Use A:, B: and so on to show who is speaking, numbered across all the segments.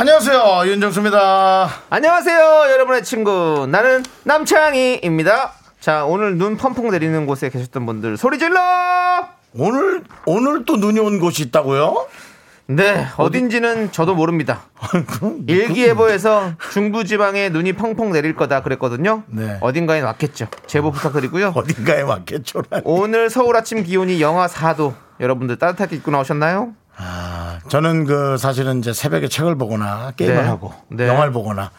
A: 안녕하세요 윤정수입니다.
B: 안녕하세요, 여러분의 친구. 나는 남창희입니다. 자, 오늘 눈 펑펑 내리는 곳에 계셨던 분들 소리 질러!
A: 오늘 오늘 또 눈이 온 곳이 있다고요?
B: 네, 어딘지는 저도 모릅니다.
A: 아, 그럼
B: 일기예보에서 중부지방에 눈이 펑펑 내릴 거다 그랬거든요.
A: 네. 아,
B: 어딘가엔 왔겠죠. 제보 부탁드리고요.
A: 어딘가에 왔겠죠.
B: 오늘 서울 아침 기온이 영하 4도. 여러분들 따뜻하게 입고 나오셨나요?
A: 아, 저는 그 사실은 이제 새벽에 책을 보거나 게임을
B: 네.
A: 하고
B: 네.
A: 영화를 보거나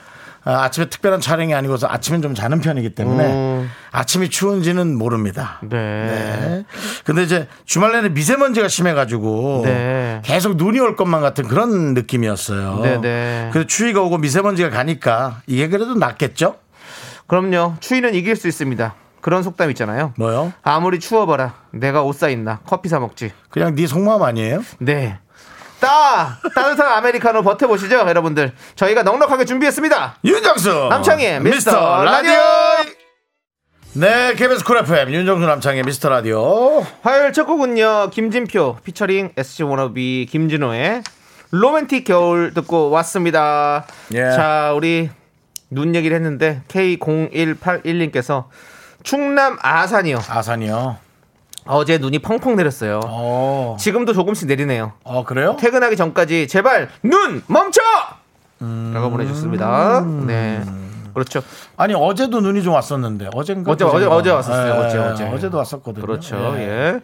A: 아, 아침에 특별한 촬영이 아니고서 아침엔 좀 자는 편이기 때문에
B: 음.
A: 아침이 추운지는 모릅니다.
B: 네.
A: 네. 근데 이제 주말 내내 미세먼지가 심해가지고
B: 네.
A: 계속 눈이 올 것만 같은 그런 느낌이었어요.
B: 네, 네.
A: 그래서 추위가 오고 미세먼지가 가니까 이게 그래도 낫겠죠?
B: 그럼요. 추위는 이길 수 있습니다. 그런 속담 있잖아요.
A: 뭐요?
B: 아무리 추워봐라. 내가 옷 사있나. 커피 사먹지.
A: 그냥 네 속마음 아니에요?
B: 네. 따! 따뜻한 아메리카노 버텨보시죠, 여러분들. 저희가 넉넉하게 준비했습니다.
A: 윤정수
B: 남창희의 미스터 라디오.
A: 네 KBS 쿨 FM 윤정수 남창희 미스터 라디오
B: 화요일 첫 곡은요, 김진표, 피처링 SG 워너비 김진호의 로맨틱 겨울 듣고 왔습니다.
A: 예.
B: 자, 우리 눈 얘기를 했는데, K0181님께서 충남 아산이요.
A: 아산이요
B: 어제 눈이 펑펑 내렸어요.
A: 어,
B: 지금도 조금씩 내리네요.
A: 어 그래요?
B: 퇴근하기 전까지 제발 눈 멈춰! 라고 보내주셨습니다. 네. 그렇죠.
A: 아니 어제도 눈이 좀 왔었는데 어젠가
B: 어제,
A: 그제인가?
B: 어제, 어제 왔었어요.
A: 예,
B: 어제,
A: 예,
B: 어제.
A: 어제도 왔었거든요 네.
B: 그렇죠. 예.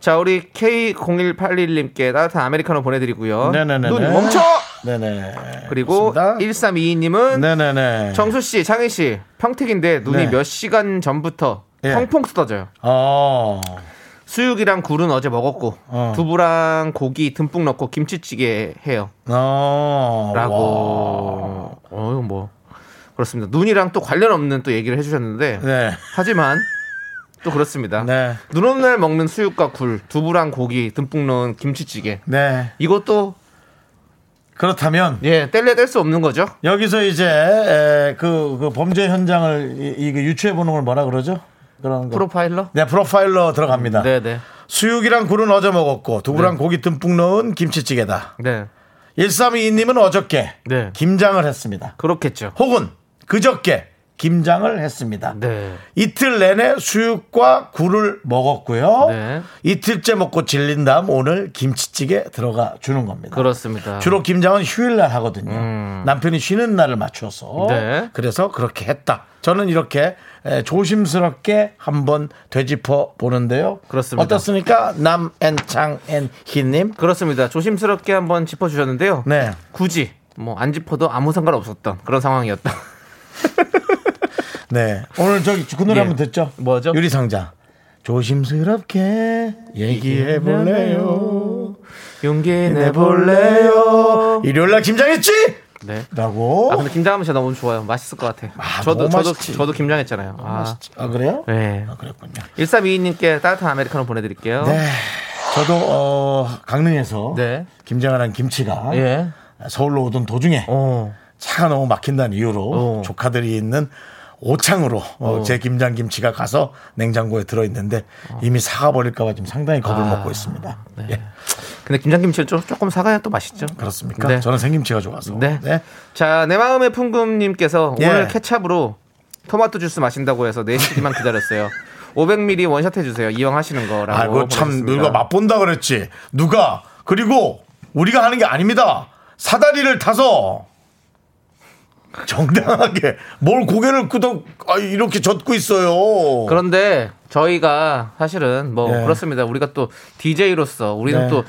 B: 자, 우리 K0181님께 따뜻한 아메리카노 보내드리고요.
A: 네네네
B: 눈 멈춰!
A: 네네
B: 그리고
A: 그렇습니다.
B: 1322님은
A: 네네네
B: 정수씨, 창희씨, 평택인데 눈이
A: 네.
B: 몇 시간 전부터
A: 예.
B: 펑펑 쏟아져요.
A: 어
B: 수육이랑 굴은 어제 먹었고,
A: 어.
B: 두부랑 고기 듬뿍 넣고 김치찌개 해요.
A: 어,
B: 라고. 어, 이거 뭐. 그렇습니다. 눈이랑 또 관련 없는 또 얘기를 해주셨는데.
A: 네.
B: 하지만 또 그렇습니다.
A: 네.
B: 눈 오는 날 먹는 수육과 굴, 두부랑 고기 듬뿍 넣은 김치찌개.
A: 네
B: 이것도
A: 그렇다면
B: 예, 뗄래 뗄 수 없는 거죠.
A: 여기서 이제 에, 그, 그 범죄 현장을 이, 이 유추해 보는 걸 뭐라 그러죠? 그런 거.
B: 프로파일러?
A: 네, 프로파일러 들어갑니다.
B: 네, 네.
A: 수육이랑 굴은 어제 먹었고 두부랑 고기 듬뿍 넣은 김치찌개다.
B: 네.
A: 1322님은 어저께
B: 네.
A: 김장을 했습니다.
B: 그렇겠죠.
A: 혹은 그저께 김장을 했습니다.
B: 네.
A: 이틀 내내 수육과 굴을 먹었고요.
B: 네.
A: 이틀째 먹고 질린 다음 오늘 김치찌개 들어가 주는 겁니다.
B: 그렇습니다.
A: 주로 김장은 휴일날 하거든요. 남편이 쉬는 날을 맞춰서
B: 음. 네.
A: 그래서 그렇게 했다. 저는 이렇게 에, 조심스럽게 한번 되짚어 보는데요.
B: 그렇습니다.
A: 어떻습니까, 남앤창앤희님?
B: 그렇습니다. 조심스럽게 한번 짚어 주셨는데요.
A: 네.
B: 굳이 뭐 안 짚어도 아무 상관 없었던 그런 상황이었다.
A: 네. 오늘 저기 그 노래
B: 예.
A: 한번 듣죠.
B: 뭐죠?
A: 유리상자. 조심스럽게 얘기해 볼래요.
B: 용기
A: 내
B: 내
A: 볼래요.
B: 볼래요.
A: 일요일날 김장했지?
B: 네.
A: 라고.
B: 아 근데 김장하면 진짜 너무 좋아요. 맛있을 것 같아.
A: 아,
B: 저도
A: 너무
B: 저도
A: 맛있지.
B: 저도 김장했잖아요. 아.
A: 아, 그래요?
B: 네.
A: 아, 그랬군요.
B: 1322님께 따뜻한 아메리카노 보내드릴게요.
A: 네. 저도 어, 강릉에서
B: 네.
A: 김장을 한 김치가
B: 예.
A: 서울로 오던 도중에
B: 어.
A: 차가 너무 막힌다는 이유로
B: 어.
A: 조카들이 있는 오창으로 어, 제 김장 김치가 가서 냉장고에 들어 있는데 이미 사가 버릴까봐 지금 상당히 겁을
B: 아,
A: 먹고 있습니다. 예,
B: 근데 김장김치는 좀- 조금 사가야 또 맛있죠.
A: 그렇습니까?
B: 네.
A: 저는 생김치가 좋아서.
B: 네. 자, 내 마음의 풍금님께서
A: 예.
B: 오늘 케찹으로 토마토 주스 마신다고 해서 4시기만 기다렸어요. 500ml 원샷 해주세요. 이왕 하시는 거라고.
A: 아, 그거 참
B: 보내주셨습니다.
A: 누가 맛본다 그랬지. 누가 그리고 우리가 하는 게 아닙니다. 사다리를 타서 정당하게 뭘 고개를 끄덕 아, 이렇게 젓고 있어요.
B: 그런데 저희가 사실은 뭐
A: 네.
B: 그렇습니다. 우리가 또 DJ로서 우리는
A: 네.
B: 또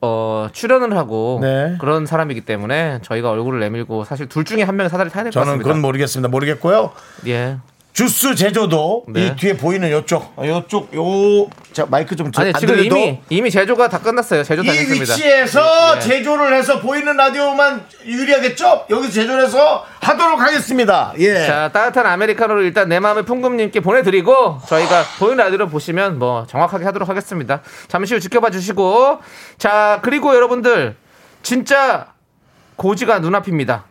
B: 어, 출연을 하고
A: 네.
B: 그런 사람이기 때문에 저희가 얼굴을 내밀고 사실 둘 중에 한 명이 사다리 타야 될 것
A: 저는
B: 같습니다.
A: 그건 모르겠습니다. 모르겠고요.
B: 예.
A: 주스 제조도
B: 네.
A: 이 뒤에 보이는 요쪽, 요쪽, 요, 자, 마이크 좀 저-
B: 아니
A: 안
B: 지금
A: 들려도
B: 이미 이미 제조가 다 끝났어요. 제조 다
A: 이
B: 됐습니다.
A: 위치에서
B: 네.
A: 제조를 해서 보이는 라디오만 유리하겠죠? 여기서 제조를 해서 하도록 하겠습니다. 예.
B: 자 따뜻한 아메리카노를 일단 내 마음의 풍금님께 보내드리고 저희가 보이는 라디오를 보시면 뭐 정확하게 하도록 하겠습니다. 잠시 후 지켜봐 주시고 자 그리고 여러분들 진짜 고지가 눈앞입니다.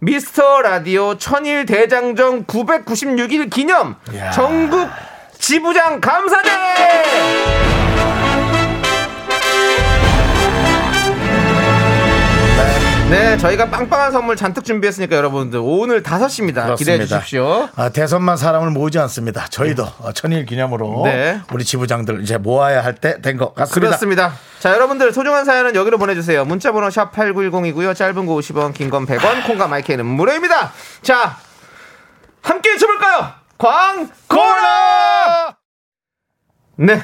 B: 미스터 라디오 천일 대장정 996일 기념
A: 이야.
B: 전국 지부장 감사제 네 저희가 빵빵한 선물 잔뜩 준비했으니까 여러분들 오늘 5시입니다 기대해
A: 그렇습니다.
B: 주십시오
A: 아, 대선만 사람을 모으지 않습니다. 저희도 어, 천일 기념으로
B: 네.
A: 우리 지부장들 이제 모아야 할 때 된 것 같습니다.
B: 그렇습니다. 자, 여러분들 소중한 사연은 여기로 보내주세요. 문자번호 샵 8910이고요. 짧은 거 50원, 긴 건 100원, 콩과 마이크는 무료입니다. 자, 함께 해쳐볼까요? 광고라! 네.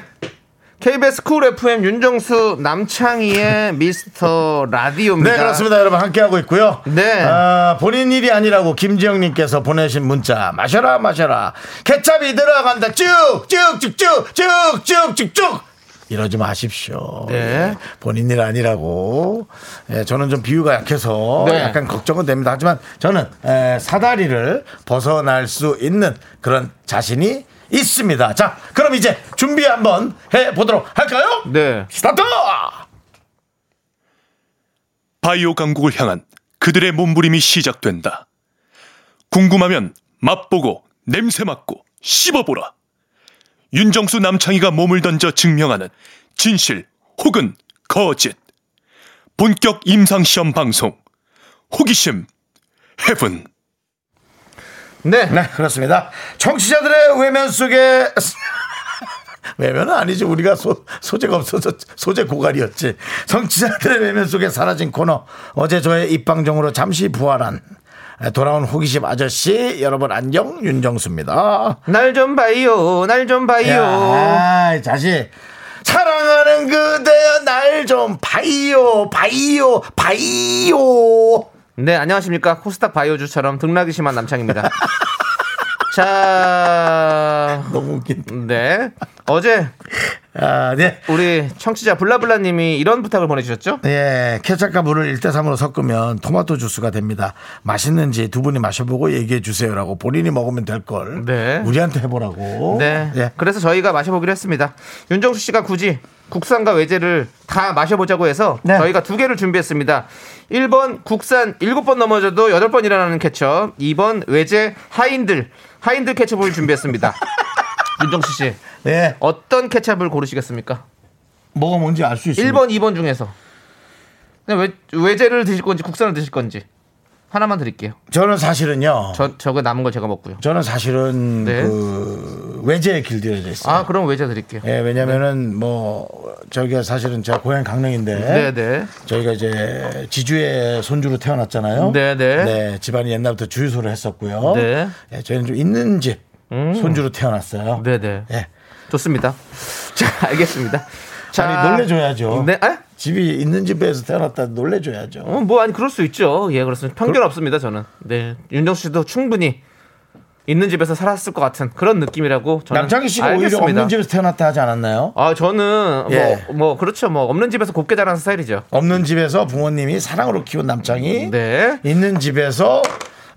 B: KBS 쿨 FM 윤정수 남창희의 미스터 라디오입니다.
A: 네, 그렇습니다. 여러분 함께하고 있고요.
B: 네.
A: 아, 본인 일이 아니라고 김지영님께서 보내신 문자 마셔라 마셔라 케찹이 들어간다 쭉쭉쭉쭉쭉쭉쭉쭉 이러지 마십시오.
B: 네.
A: 예, 본인 일 아니라고. 예, 저는 좀 비유가 약해서
B: 네.
A: 약간 걱정은 됩니다. 하지만 저는 에, 사다리를 벗어날 수 있는 그런 자신이 있습니다. 자, 그럼 이제 준비 한번 해 보도록 할까요?
B: 네.
A: 스타트!
C: 바이오 강국을 향한 그들의 몸부림이 시작된다. 궁금하면 맛보고 냄새 맡고 씹어보라. 윤정수 남창희가 몸을 던져 증명하는 진실 혹은 거짓. 본격 임상시험 방송. 호기심 해븐.
B: 네.
A: 네, 그렇습니다. 청취자들의 외면 속에 외면은 아니지 우리가 소, 소재가 없어서 소재 고갈이었지. 청취자들의 외면 속에 사라진 코너 어제 저의 입방정으로 잠시 부활한 돌아온 호기심 아저씨 여러분 안녕 윤정수입니다.
B: 날 좀 봐요, 날 좀 봐요.
A: 야, 이 자식. 사랑하는 그대여 날 좀 봐요 봐요 봐요.
B: 네, 안녕하십니까. 코스닥 바이오주처럼 등락이 심한 남창입니다. 자,
A: 너무 웃긴다.
B: 네. 어제
A: 아, 네.
B: 우리 청취자 블라블라님이 이런 부탁을 보내주셨죠?
A: 예, 케첩과 물을 1대3으로 섞으면 토마토 주스가 됩니다. 맛있는지 두 분이 마셔보고 얘기해 주세요라고 본인이 먹으면 될 걸
B: 네.
A: 우리한테 해보라고.
B: 네.
A: 예.
B: 그래서 저희가 마셔보기로 했습니다. 윤정수 씨가 굳이 국산과 외제를 다 마셔보자고 해서
A: 네.
B: 저희가 두 개를 준비했습니다. 1번 국산 7번 넘어져도 8번 일어나는 케첩, 2번 외제 하인들, 하인들 케첩을 준비했습니다. 윤정수 씨,
A: 예.
B: 어떤 케첩을 고르시겠습니까?
A: 뭐가 뭔지 알 수 있습니다.
B: 1번, 2번 중에서. 그냥 외, 외제를 드실 건지 국산을 드실 건지 하나만 드릴게요.
A: 저는 사실은요.
B: 저 저거 남은 거 제가 먹고요.
A: 저... 는 사실은
B: 네.
A: 그 외제에 길들여져 있어요.
B: 아 그럼 외제 드릴게요.
A: 예, 왜냐면은 뭐 저기가 사실은 제가 고향 강릉인데
B: 네네.
A: 저희가 이제 지주의 손주로 태어났잖아요.
B: 네네.
A: 네, 집안이 옛날부터 주유소를 했었고요.
B: 네. 음.
A: 예, 저희는 좀 있는 집 손주로 태어났어요.
B: 네네.
A: 예.
B: 좋습니다. 자 알겠습니다. 자
A: 아니, 놀래줘야죠.
B: 네. 에?
A: 집이 있는 집에서 태어났다 놀래줘야죠.
B: 어, 뭐 아니 그럴 수 있죠. 예 그렇습니다. 편견 없습니다 저는. 네 윤정수 씨도 충분히 있는 집에서 살았을 것 같은 그런 느낌이라고 저는
A: 남창희 씨가 오히려
B: 알겠습니다.
A: 없는 집에서 태어났다 하지 않았나요?
B: 아 저는 뭐 뭐
A: 예.
B: 그렇죠 뭐 없는 집에서 곱게 자란 스타일이죠.
A: 없는 집에서 부모님이 사랑으로 키운 남창이
B: 네.
A: 있는 집에서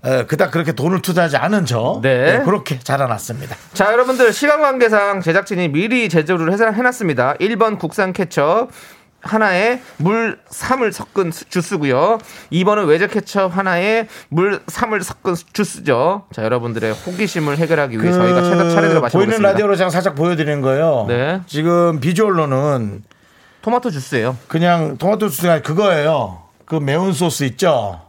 A: 에, 그닥 그렇게 돈을 투자하지 않은 저
B: 네.
A: 예, 그렇게 자라났습니다.
B: 자, 여러분들 시간 관계상 제작진이 미리 제조를 해서 해놨습니다. 1번 국산 케첩 하나에 물 3을 섞은 수- 주스고요. 2번은 외제 케첩 하나에 물 3을 섞은 수- 주스죠. 자, 여러분들의 호기심을 해결하기 위해 저희가 차례, 차례대로
A: 그 보이는
B: 마셔보겠습니다.
A: 라디오로 제가 살짝 보여드리는 거예요.
B: 네.
A: 지금 비주얼로는
B: 토마토 주스예요.
A: 그냥 토마토 소스가 그거예요. 그 매운 소스 있죠.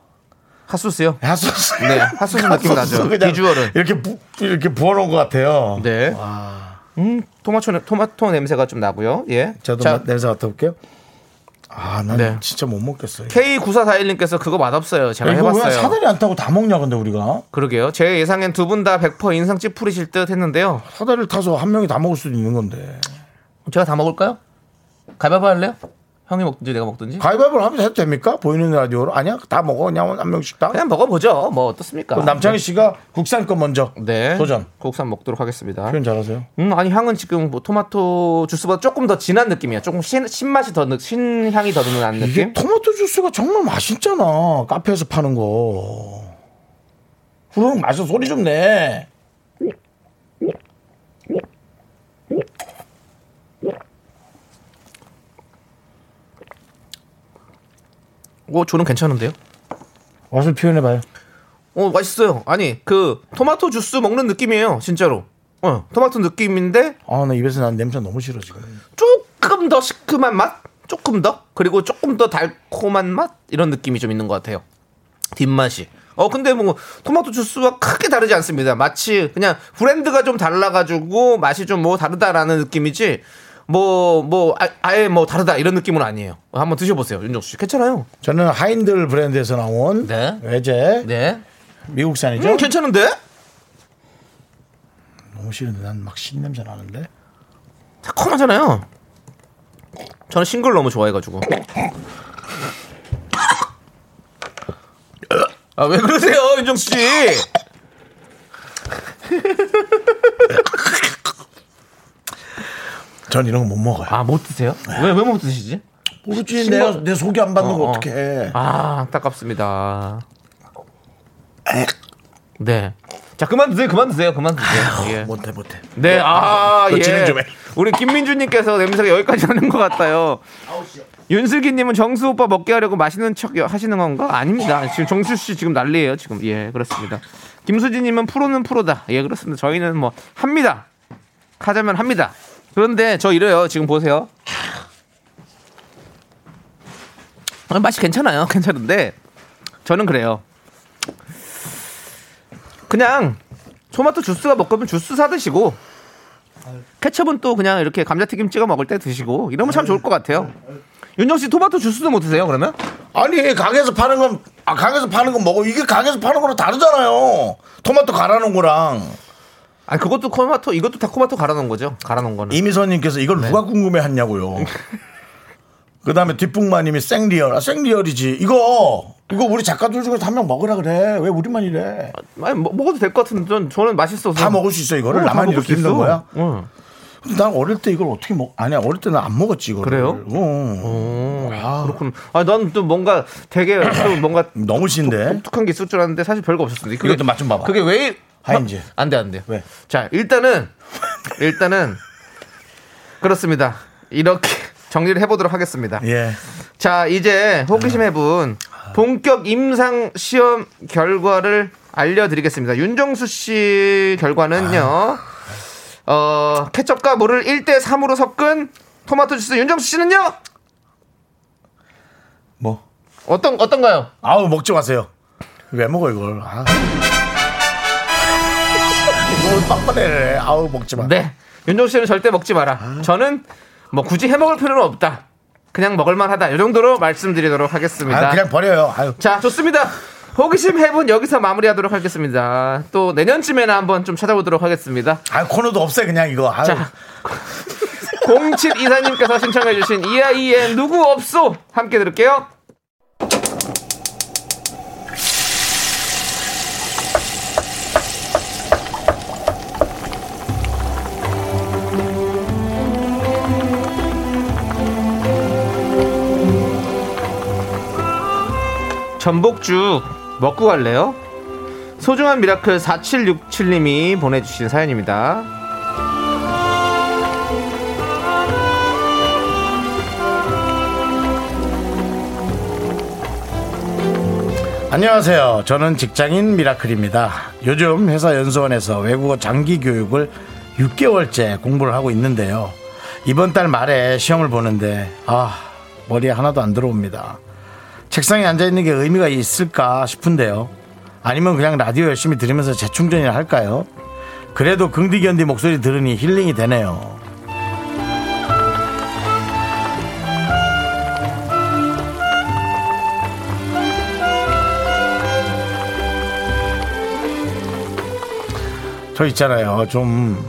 B: 핫소스요.
A: 핫소스.
B: 네, 핫소스 느낌 나죠.
A: 그냥
B: 비주얼은.
A: 이렇게 부, 이렇게 부어놓은 것 같아요.
B: 네. 음, 토마토, 내- 토마토 냄새가 좀 나고요. 예.
A: 저도
B: 자,
A: 맛- 냄새 맡아볼게요. 아, 난
B: 네.
A: 진짜 못 먹겠어요.
B: K9441님께서 그거 맛없어요. 제가
A: 이거
B: 해봤어요.
A: 왜 사다리 안 타고 다 먹냐 근데 우리가
B: 그러게요. 제 예상엔 두 분 다 100% 인상 찌푸리실 듯 했는데요.
A: 사다리를 타서 한 명이 다 먹을 수도 있는 건데
B: 제가 다 먹을까요? 가위바위보 할래요? 형이 먹든지 내가 먹든지
A: 가위바위보를 하면서 해도 됩니까? 보이는 라디오로? 아니야. 다 먹어. 그냥 한 명씩 다.
B: 그냥 먹어보죠. 뭐 어떻습니까?
A: 그럼 남창희 씨가 국산 거 먼저.
B: 네.
A: 도전.
B: 국산 먹도록 하겠습니다.
A: 표현 잘하세요.
B: 음, 아니 향은 지금 뭐 토마토 주스보다 조금 더 진한 느낌이야. 조금 신, 신맛이 더 느, 신향이 더 나는
A: 이게
B: 느낌.
A: 토마토 주스가 정말 맛있잖아. 카페에서 파는 거. 후루룩 마셔 소리 좀 내.
B: 어, 저는 괜찮은데요.
A: 맛을 표현해봐요.
B: 어, 맛있어요. 아니 그 토마토 주스 먹는 느낌이에요, 진짜로. 어, 토마토 느낌인데
A: 아, 나 입에서 난 냄새 너무 싫어 지금.
B: 조금 더 시큼한 맛, 조금 더 그리고 조금 더 달콤한 맛 이런 느낌이 좀 있는 것 같아요. 뒷맛이. 어 근데 뭐 토마토 주스와 크게 다르지 않습니다. 마치 그냥 브랜드가 좀 달라가지고 맛이 좀 뭐 다르다라는 느낌이지. 뭐 뭐 아, 예뭐 다르다 이런 느낌은 아니에요. 한번 드셔보세요, 윤정수 씨. 괜찮아요.
A: 저는 하인들 브랜드에서 나온
B: 네.
A: 외제
B: 네.
A: 미국산이죠.
B: 음, 괜찮은데?
A: 너무 싫은데 난 막 신냄새 나는데.
B: 달콤하잖아요. 저는 싱글 너무 좋아해가지고. 아 왜 그러세요, 윤정수 씨?
A: 전 이런 거 못 먹어요.
B: 아 못 드세요? 왜 왜 못 드시지?
A: 모르지. 내가 내 속이 안 받는 거
B: 어, 어.
A: 어떡해.
B: 아 안타깝습니다. 네. 자 그만 드세요, 그만 드세요, 그만 드세요. 예.
A: 못해 못해.
B: 네, 아,
A: 너 진행
B: 예.
A: 좀 해.
B: 우리 김민주님께서 냄새가 여기까지 나는 것 같아요. 윤슬기님은 정수 오빠 먹게 하려고 맛있는 척 하시는 건가? 아닙니다. 지금 정수 씨 지금 난리예요. 지금 예, 그렇습니다. 김수진님은 프로는 프로다. 예, 그렇습니다. 저희는 뭐 합니다. 하자면 합니다. 그런데 저 이래요. 지금 보세요. 아, 맛이 괜찮아요. 괜찮은데 저는 그래요. 그냥 토마토 주스가 먹으면 주스 사 드시고 케첩은 또 그냥 이렇게 감자튀김 찍어 먹을 때 드시고 이러면 참 좋을 것 같아요. 윤정 씨 토마토 주스도 못 드세요 그러면?
A: 아니 가게에서 파는 건 아, 가게에서 파는 건 먹어. 이게 가게에서 파는 거랑 다르잖아요. 토마토 갈아 놓은 거랑.
B: 아니 그것도 토마토 이것도 다 토마토 갈아 놓은 거죠. 갈아 놓은 거는.
A: 이미선님께서 이걸 누가 궁금해했냐고요. 그 다음에 뒷북마님이 생리얼, 아, 생리얼이지. 이거 이거 우리 작가들 중에서 한 명 먹으라 그래. 왜 우리만 이래?
B: 아니 뭐, 먹- 먹어도 될 것 같은데 저는, 저는 맛있어서
A: 다 먹을 수 네. 있어
B: 어,
A: 이거를.
B: 다
A: 나만
B: 먹을
A: 이렇게
B: 수
A: 힘든
B: 있어.
A: 거야.
B: 응.
A: 근데 난 어릴 때 이걸 어떻게 먹? 아니야 어릴 때는 안 먹었지 이거.
B: 그래요? 오, 그렇군. 아난 또 뭔가 되게 또 뭔가
A: 너무 신데.
B: 독특한 게 있을 줄 알았는데 사실 별거 없었습니다. 그게-
A: 네? 이것도 맛좀 봐봐.
B: 그게 왜
A: 하인즈.
B: 안돼 안돼.
A: 왜?
B: 자 일단은 일단은 그렇습니다. 이렇게 정리를 해보도록 하겠습니다.
A: 예.
B: 자 이제 호기심 해분
A: 아.
B: 본격 임상 시험 결과를 알려드리겠습니다. 윤정수 씨 결과는요.
A: 아.
B: 어 케첩과 물을 1대 3으로 섞은 토마토 주스 윤정수 씨는요
A: 뭐?
B: 어떤 어떤가요?
A: 아우 먹지 마세요. 왜 먹어 이걸? 아. 이거 빵빵해. 아우 먹지 마.
B: 네. 윤종 씨는 절대 먹지
A: 아.
B: 마라. 저는 뭐 굳이 해 먹을 필요는 없다. 그냥 먹을만하다. 이 정도로 말씀드리도록 하겠습니다.
A: 아, 그냥 버려요. 아유.
B: 자, 좋습니다. 호기심 해본 여기서 마무리하도록 하겠습니다. 또 내년쯤에나 한번 좀 찾아보도록 하겠습니다.
A: 아 코너도 없애 그냥 이거. 아유.
B: 자, 07 이사님께서 신청해주신 이아이의 누구 없소 함께 들을게요. 전복죽 먹고 갈래요? 소중한 미라클 4767님이 보내주신 사연입니다.
A: 안녕하세요. 저는 직장인 미라클입니다. 요즘 회사 연수원에서 외국어 장기 교육을 6개월째 공부를 하고 있는데요. 이번 달 말에 시험을 보는데 아 머리에 하나도 안 들어옵니다. 책상에 앉아 있는 게 의미가 있을까 싶은데요. 아니면 그냥 라디오 열심히 들으면서 재충전이나 할까요? 그래도 긍디견디 목소리 들으니 힐링이 되네요. 저 있잖아요. 좀,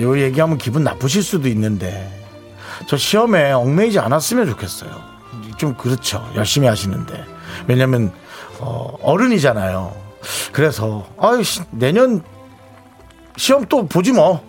A: 요 얘기하면 기분 나쁘실 수도 있는데, 저 시험에 얽매이지 않았으면 좋겠어요. 좀 그렇죠. 열심히 하시는데. 왜냐면, 어, 어른이잖아요. 그래서, 아이씨, 내년 시험 또 보지 뭐.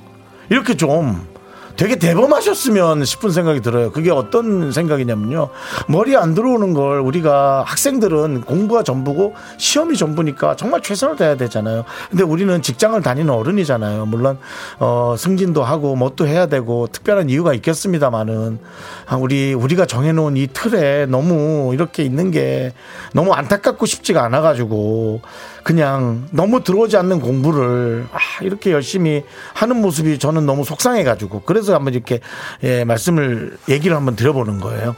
A: 이렇게 좀 되게 대범하셨으면 싶은 생각이 들어요. 그게 어떤 생각이냐면요. 머리 안 들어오는 걸 우리가 학생들은 공부가 전부고 시험이 전부니까 정말 최선을 다해야 되잖아요. 근데 우리는 직장을 다니는 어른이잖아요. 물론 어, 승진도 하고 뭣도 해야 되고 특별한 이유가 있겠습니다만은 아, 우리 우리가 정해놓은 이 틀에 너무 이렇게 있는 게 너무 안타깝고 싶지가 않아가지고 그냥 너무 들어오지 않는 공부를 아, 이렇게 열심히 하는 모습이 저는 너무 속상해가지고 그래서 한번 이렇게 예, 말씀을 얘기를 한번 드려보는 거예요.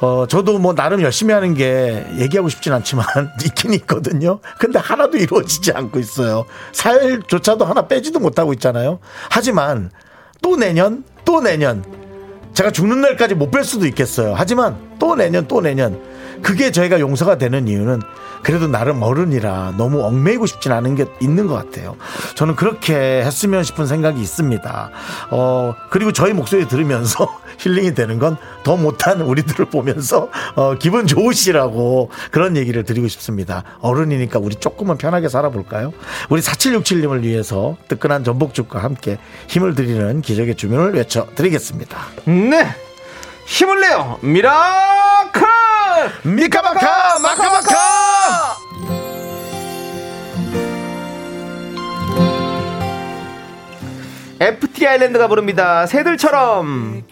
A: 어, 저도 뭐 나름 열심히 하는 게 얘기하고 싶진 않지만 있긴 있거든요. 근데 하나도 이루어지지 않고 있어요. 사일조차도 하나 빼지도 못하고 있잖아요. 하지만 또 내년 또 내년 제가 죽는 날까지 못 뵐 수도 있겠어요. 하지만 또 내년 또 내년 그게 저희가 용서가 되는 이유는 그래도 나름 어른이라 너무 얽매이고 싶진 않은 게 있는 것 같아요. 저는 그렇게 했으면 싶은 생각이 있습니다. 어 그리고 저희 목소리 들으면서 힐링이 되는 건 더 못한 우리들을 보면서 어, 기분 좋으시라고 그런 얘기를 드리고 싶습니다. 어른이니까 우리 조금은 편하게 살아볼까요? 우리 4767님을 위해서 뜨끈한 전복죽과 함께 힘을 드리는 기적의 주문을 외쳐드리겠습니다.
B: 네. 힘을 내요. 미라클!
A: 미카마카 마카마카
B: FT 아일랜드가 부릅니다. 새들처럼.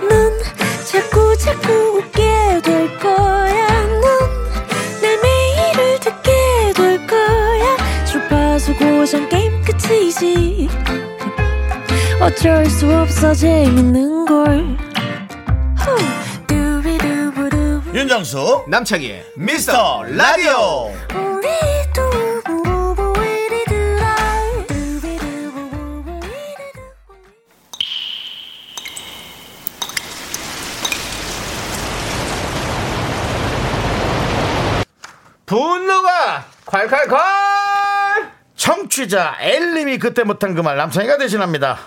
D: 넌 자꾸 자꾸 웃게 될 거야. 넌내 매일을 듣게 될 거야. 주파수 고정 게임 끝이지. 어쩔 수 없어 재밌는 걸. 후. 두비두부두.
A: 윤정수
B: 남창희의
A: 어? 미스터 라디오
D: 우리 두부부부 우리 두라. 두비두부부부 우리 두부.
B: 분노가 콸콸콸!
A: 청취자 엘림이 그때 못한 그 말 남창이가 대신합니다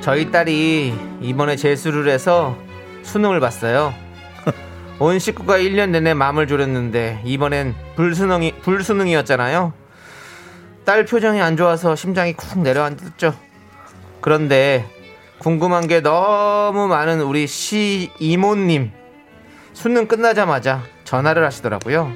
B: 저희 딸이 이번에 재수를 해서 수능을 봤어요. 온 식구가 1년 내내 마음을 졸였는데 이번엔 불수능이 불수능이었잖아요. 딸 표정이 안 좋아서 심장이 쿵 내려앉았죠. 그런데 궁금한 게 너무 많은 우리 시 이모님 수능 끝나자마자 전화를 하시더라고요.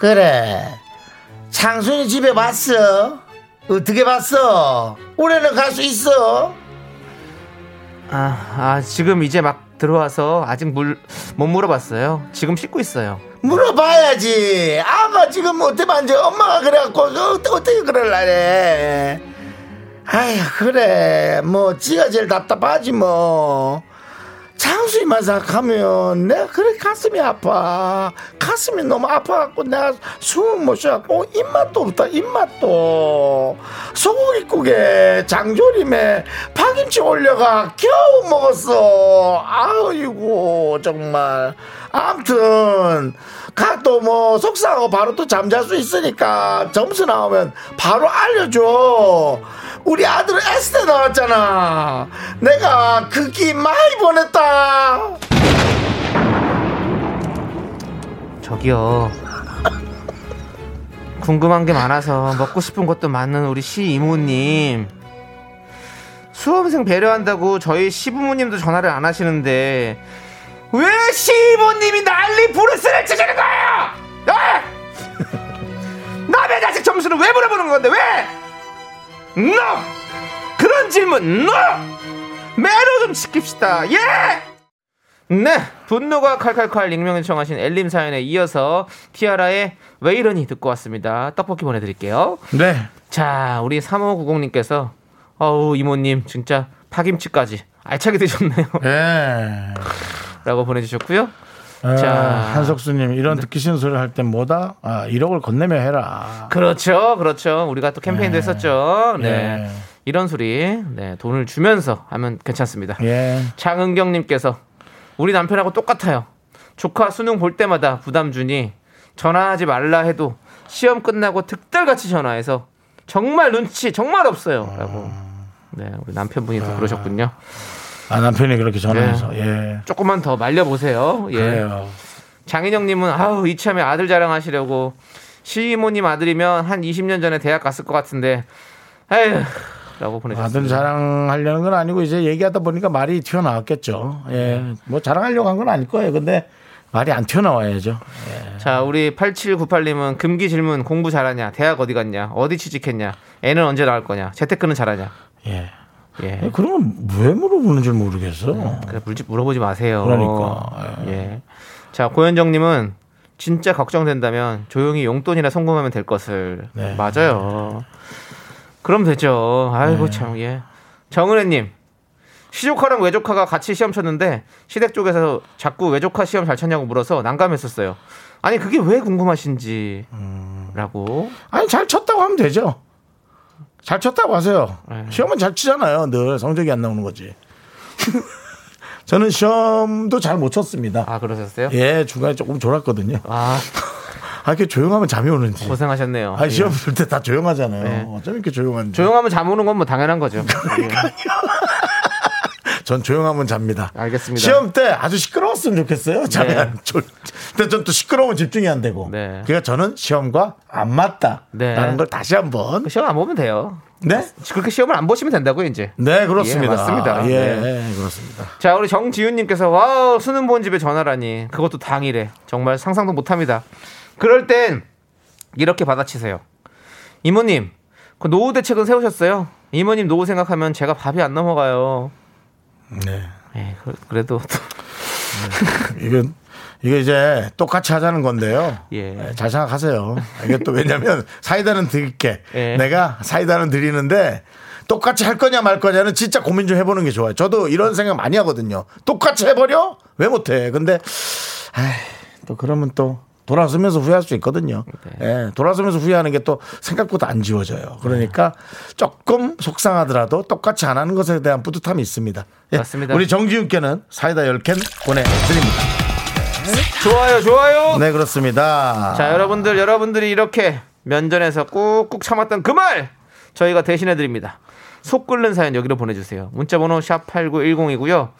A: 그래 창순이 집에 왔어 어떻게 봤어 올해는 갈 수 있어
B: 아, 아 지금 이제 막 들어와서 아직 물, 못 물어봤어요. 지금 씻고 있어요.
A: 물어봐야지 아마 지금 어때 반지 엄마가 그래갖고 어, 떻게 그럴라래 아휴 그래 뭐 지가 제일 답답하지 뭐 장수이만 생각하면 내가 그래 가슴이 아파 가슴이 너무 아파갖고 내가 숨을 못 쉬어갖고 입맛도 없다 입맛도 소고기국에 장조림에 파김치 올려가 겨우 먹었어 아이고 정말 암튼 가도 뭐 속상하고 바로 또 잠잘 수 있으니까 점수 나오면 바로 알려줘 우리 아들은 S대 나왔잖아 내가 그기 많이 보냈다
B: 저기요. 궁금한 게 많아서 먹고 싶은 것도 많은 우리 시 이모님. 수험생 배려한다고 저희 시부모님도 전화를 안 하시는데 왜 시부모님이 난리 부르스를 치시는 거예요? 아! 남의 자식 점수를 왜 물어보는 건데 왜? No! 그런 질문 no! 매너 좀 지킵시다 예! 네 분노가 칼칼칼 익명 요청하신 엘림 사연에 이어서 티아라의 왜 이러니 듣고 왔습니다 떡볶이 보내드릴게요
A: 네
B: 자 우리 3590님께서 어우 이모님 진짜 파김치까지 알차게 드셨네요
A: 예.
B: 라고 보내주셨고요 자.
A: 아,
B: 네.
A: 한석수님 이런 듣기 싫은 소리를 할 땐 뭐다? 아, 1억을 건네며 해라.
B: 그렇죠, 그렇죠. 우리가 또 캠페인도 했었죠. 네.
A: 예.
B: 이런 소리, 네, 돈을 주면서 하면 괜찮습니다.
A: 예.
B: 장은경님께서 우리 남편하고 똑같아요. 조카 수능 볼 때마다 부담 주니 전화하지 말라 해도 시험 끝나고 득달같이 전화해서 정말 눈치 정말 없어요라고. 네, 우리 남편분이 또 그러셨군요.
A: 아 남편이 그렇게 전화해서 예.
B: 조금만 더 말려보세요. 예.
A: 그래요.
B: 장인영님은 아우 이참에 아들 자랑하시려고 시이모님 아들이면 한 20년 전에 대학 갔을 것 같은데 에휴라고 보내셨습니다.
A: 아들 자랑하려는 건 아니고 이제 얘기하다 보니까 말이 튀어나왔겠죠.
B: 네.
A: 예. 뭐 자랑하려고 한 건 아닐 거예요. 근데 말이 안 튀어나와야죠.
B: 자, 우리 8798님은 금기 질문 공부 잘하냐? 대학 어디 갔냐? 어디 취직했냐? 애는 언제 나올 거냐? 재테크는 잘하냐?
A: 예.
B: 예.
A: 그런 건 왜 물어보는 줄 모르겠어.
B: 그래 물집 물어보지 마세요.
A: 그러니까,
B: 예. 자, 고현정 님은 진짜 걱정된다면 조용히 용돈이나 송금하면 될 것을.
A: 네.
B: 맞아요. 그럼 되죠.
A: 네.
B: 아이고 참 예. 정은혜 님. 시조카랑 외조카가 같이 시험 쳤는데 시댁 쪽에서 자꾸 외조카 시험 잘 쳤냐고 물어서 난감했었어요. 아니 그게 왜 궁금하신지
A: 음.
B: 라고
A: 아니 잘 쳤다고 하면 되죠. 잘 쳤다고 하세요.
B: 네.
A: 시험은 잘 치잖아요. 늘 성적이 안 나오는 거지. 저는 시험도 잘 못 쳤습니다.
B: 아 그러셨어요?
A: 예, 중간에 조금 졸았거든요.
B: 아
A: 아, 이렇게 조용하면 잠이 오는지.
B: 고생하셨네요.
A: 아,
B: 예.
A: 시험 볼 때 다 조용하잖아요.
B: 네.
A: 어쩜 이렇게 조용한지.
B: 조용하면 잠 오는 건 뭐 당연한 거죠.
A: 그러니까.
B: 예.
A: 전 조용하면 잡니다.
B: 알겠습니다.
A: 시험 때 아주 시끄러웠으면 좋겠어요. 잠이
B: 네.
A: 안 졸. 근데 전 또 시끄러우면 집중이 안 되고.
B: 네.
A: 그러니까 저는 시험과 안 맞다라는
B: 네.
A: 걸 다시 한번.
B: 그 시험 안 보면 돼요.
A: 네.
B: 그렇게 시험을 안 보시면 된다고요, 이제.
A: 네, 그렇습니다.
B: 예, 맞습니다.
A: 예,
B: 네.
A: 예, 그렇습니다.
B: 자, 우리 정지윤님께서, 와우, 수능 본 집에 전화라니. 그것도 당일에. 정말 상상도 못 합니다. 그럴 땐, 이렇게 받아치세요. 이모님, 그 노후 대책은 세우셨어요? 이모님 노후 생각하면 제가 밥이 안 넘어가요.
A: 네.
B: 예, 그- 그래도. 또-
A: 이건 이게 이제 똑같이 하자는 건데요.
B: 예.
A: 예, 잘 생각하세요. 이게 또 왜냐면 사이다는 드릴게.
B: 예.
A: 내가 사이다는 드리는데 똑같이 할 거냐 말 거냐는 진짜 고민 좀 해보는 게 좋아요. 저도 이런 생각 많이 하거든요. 똑같이 해버려? 왜 못해? 근데 에이, 또 그러면 또 돌아서면서 후회할 수 있거든요.
B: 네.
A: 예, 돌아서면서 후회하는 게 또 생각보다 안 지워져요. 그러니까 조금 속상하더라도 똑같이 안 하는 것에 대한 뿌듯함이 있습니다. 예,
B: 맞습니다.
A: 우리 정지윤께는 사이다 10캔 보내드립니다.
B: 좋아요, 좋아요!
A: 네 그렇습니다.
B: 자, 여러분들, 여러분들이 이렇게 면전에서 꾹꾹 참았던 그 말! 저희가 대신해드립니다. 속 끓는 사연 여기로 보내주세요. 문자번호 샵8910이고요.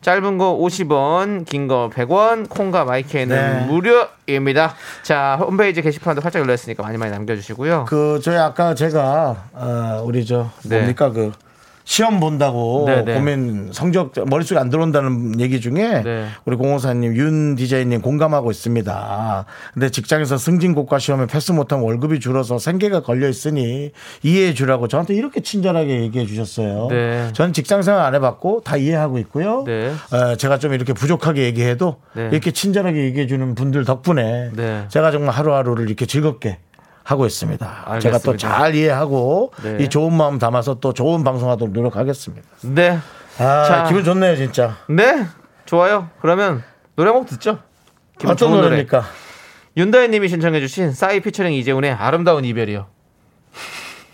B: 짧은 거 50원, 긴 거 100원, 콩과 마이크에는
A: 네.
B: 무료입니다. 자, 홈페이지 게시판도 활짝 열려있으니까 많이 많이 남겨주시고요.
A: 그 저희 아까 제가 어, 우리 저
B: 네.
A: 뭡니까 그 시험 본다고
B: 네, 네.
A: 고민 성적 머릿속에 안 들어온다는 얘기 중에
B: 네.
A: 우리 공호사님 윤 디자인님 공감하고 있습니다. 근데 직장에서 승진고과 시험에 패스 못하면 월급이 줄어서 생계가 걸려 있으니 이해해 주라고 저한테 이렇게 친절하게 얘기해 주셨어요.
B: 네.
A: 전 직장생활 안 해봤고 다 이해하고 있고요.
B: 네.
A: 어, 제가 좀 이렇게 부족하게 얘기해도
B: 네.
A: 이렇게 친절하게 얘기해 주는 분들 덕분에
B: 네.
A: 제가 정말 하루하루를 이렇게 즐겁게 하고 있습니다. 제가
B: 알겠습니다.
A: 또 잘 이해하고
B: 네.
A: 이 좋은 마음 담아서 또 좋은 방송하도록 노력하겠습니다.
B: 네.
A: 아,
B: 자.
A: 기분 좋네요, 진짜.
B: 네. 좋아요. 그러면 노래 한 곡 듣죠. 기분
A: 어떤
B: 좋은 노래.
A: 노래입니까?
B: 윤다혜님이 신청해주신 싸이 피처링 이재훈의 아름다운 이별이요.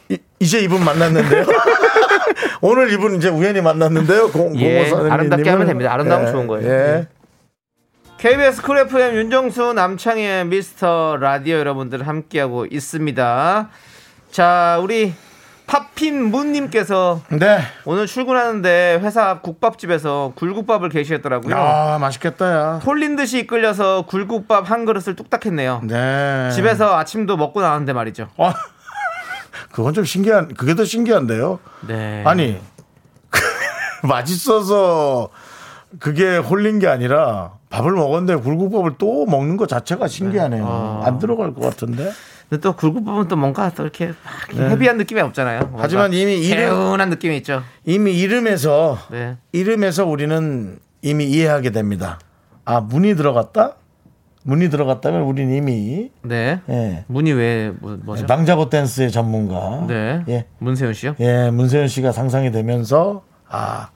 A: 이, 이제 이분 만났는데요. 오늘 이분 이제 우연히 만났는데요. 공,
B: 예,
A: 공호사님은.
B: 아름답게 하면 됩니다. 아름다우면 좋은 거예요.
A: 예.
B: KBS 쿨 FM 윤정수 남창희의 미스터 라디오 여러분들 함께하고 있습니다. 자, 우리 팝핀 문님께서
A: 네.
B: 오늘 출근하는데 회사 앞 국밥집에서 굴국밥을 게시했더라고요.
A: 아, 맛있겠다, 야.
B: 홀린 듯이 이끌려서 굴국밥 한 그릇을 뚝딱 했네요.
A: 네.
B: 집에서 아침도 먹고 나왔는데 말이죠.
A: 아, 그건 좀 신기한, 그게 더 신기한데요.
B: 네.
A: 아니 맛있어서 그게 홀린 게 아니라 밥을 먹었는데 굴국밥을 또 먹는 것 자체가 신기하네요.
B: 아.
A: 안 들어갈 것 같은데.
B: 근데 또 굴국밥은 또 뭔가 또 이렇게 막 헤비한 느낌이 없잖아요. 뭔가
A: 네. 하지만 이미 이름-
B: 개운한 느낌이 있죠.
A: 이미 이름에서
B: 네.
A: 이름에서 우리는 이미 이해하게 됩니다. 아 문이 들어갔다? 문이 들어갔다면 우린 이미
B: 네.
A: 예.
B: 문이 왜 뭐, 뭐죠?
A: 망자고 댄스의 전문가.
B: 네.
A: 네, 예.
B: 문세윤 씨요?
A: 예 문세윤 씨가 상상이 되면서 아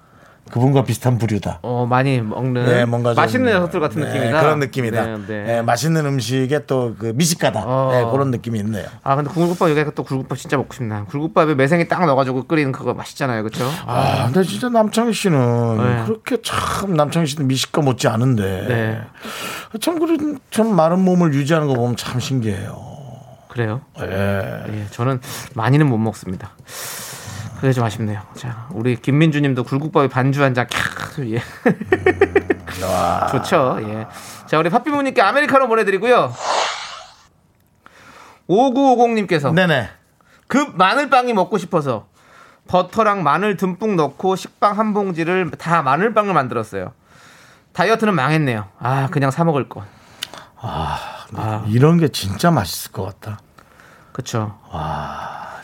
A: 그분과 비슷한 부류다.
B: 어, 많이 먹는
A: 네, 뭔가 좀,
B: 맛있는 녀석들 같은
A: 네,
B: 느낌이다.
A: 그런 느낌이다.
B: 네, 네.
A: 네, 맛있는 음식에 또 그 미식가다.
B: 어.
A: 네, 그런 느낌이 있네요.
B: 아 근데 굴국밥 여기가 또 굴국밥 진짜 먹고 싶나. 굴국밥에 매생이 딱 넣어가지고 끓이는 그거 맛있잖아요, 그렇죠?
A: 아, 근데 진짜 남창희 씨는
B: 네.
A: 그렇게 참 남창희 씨는 미식가 못지 않은데
B: 네,
A: 참 그런 참 마른 몸을 유지하는 거 보면 참 신기해요.
B: 그래요.
A: 예.
B: 예, 저는 많이는 못 먹습니다. 그게 좀 아쉽네요. 자, 우리 김민주님도 굴국밥에 반주 한 잔. 캬, 예.
A: 음,
B: 좋죠. 예. 자, 우리 팥비무님께 아메리카노 보내드리고요. 5950님께서
A: 어. 네네.
B: 급그 마늘빵이 먹고 싶어서 버터랑 마늘 듬뿍 넣고 식빵 한 봉지를 다 마늘빵을 만들었어요. 다이어트는 망했네요. 아 그냥 사 먹을 거.
A: 이런 게 진짜 맛있을 것 같다.
B: 그쵸.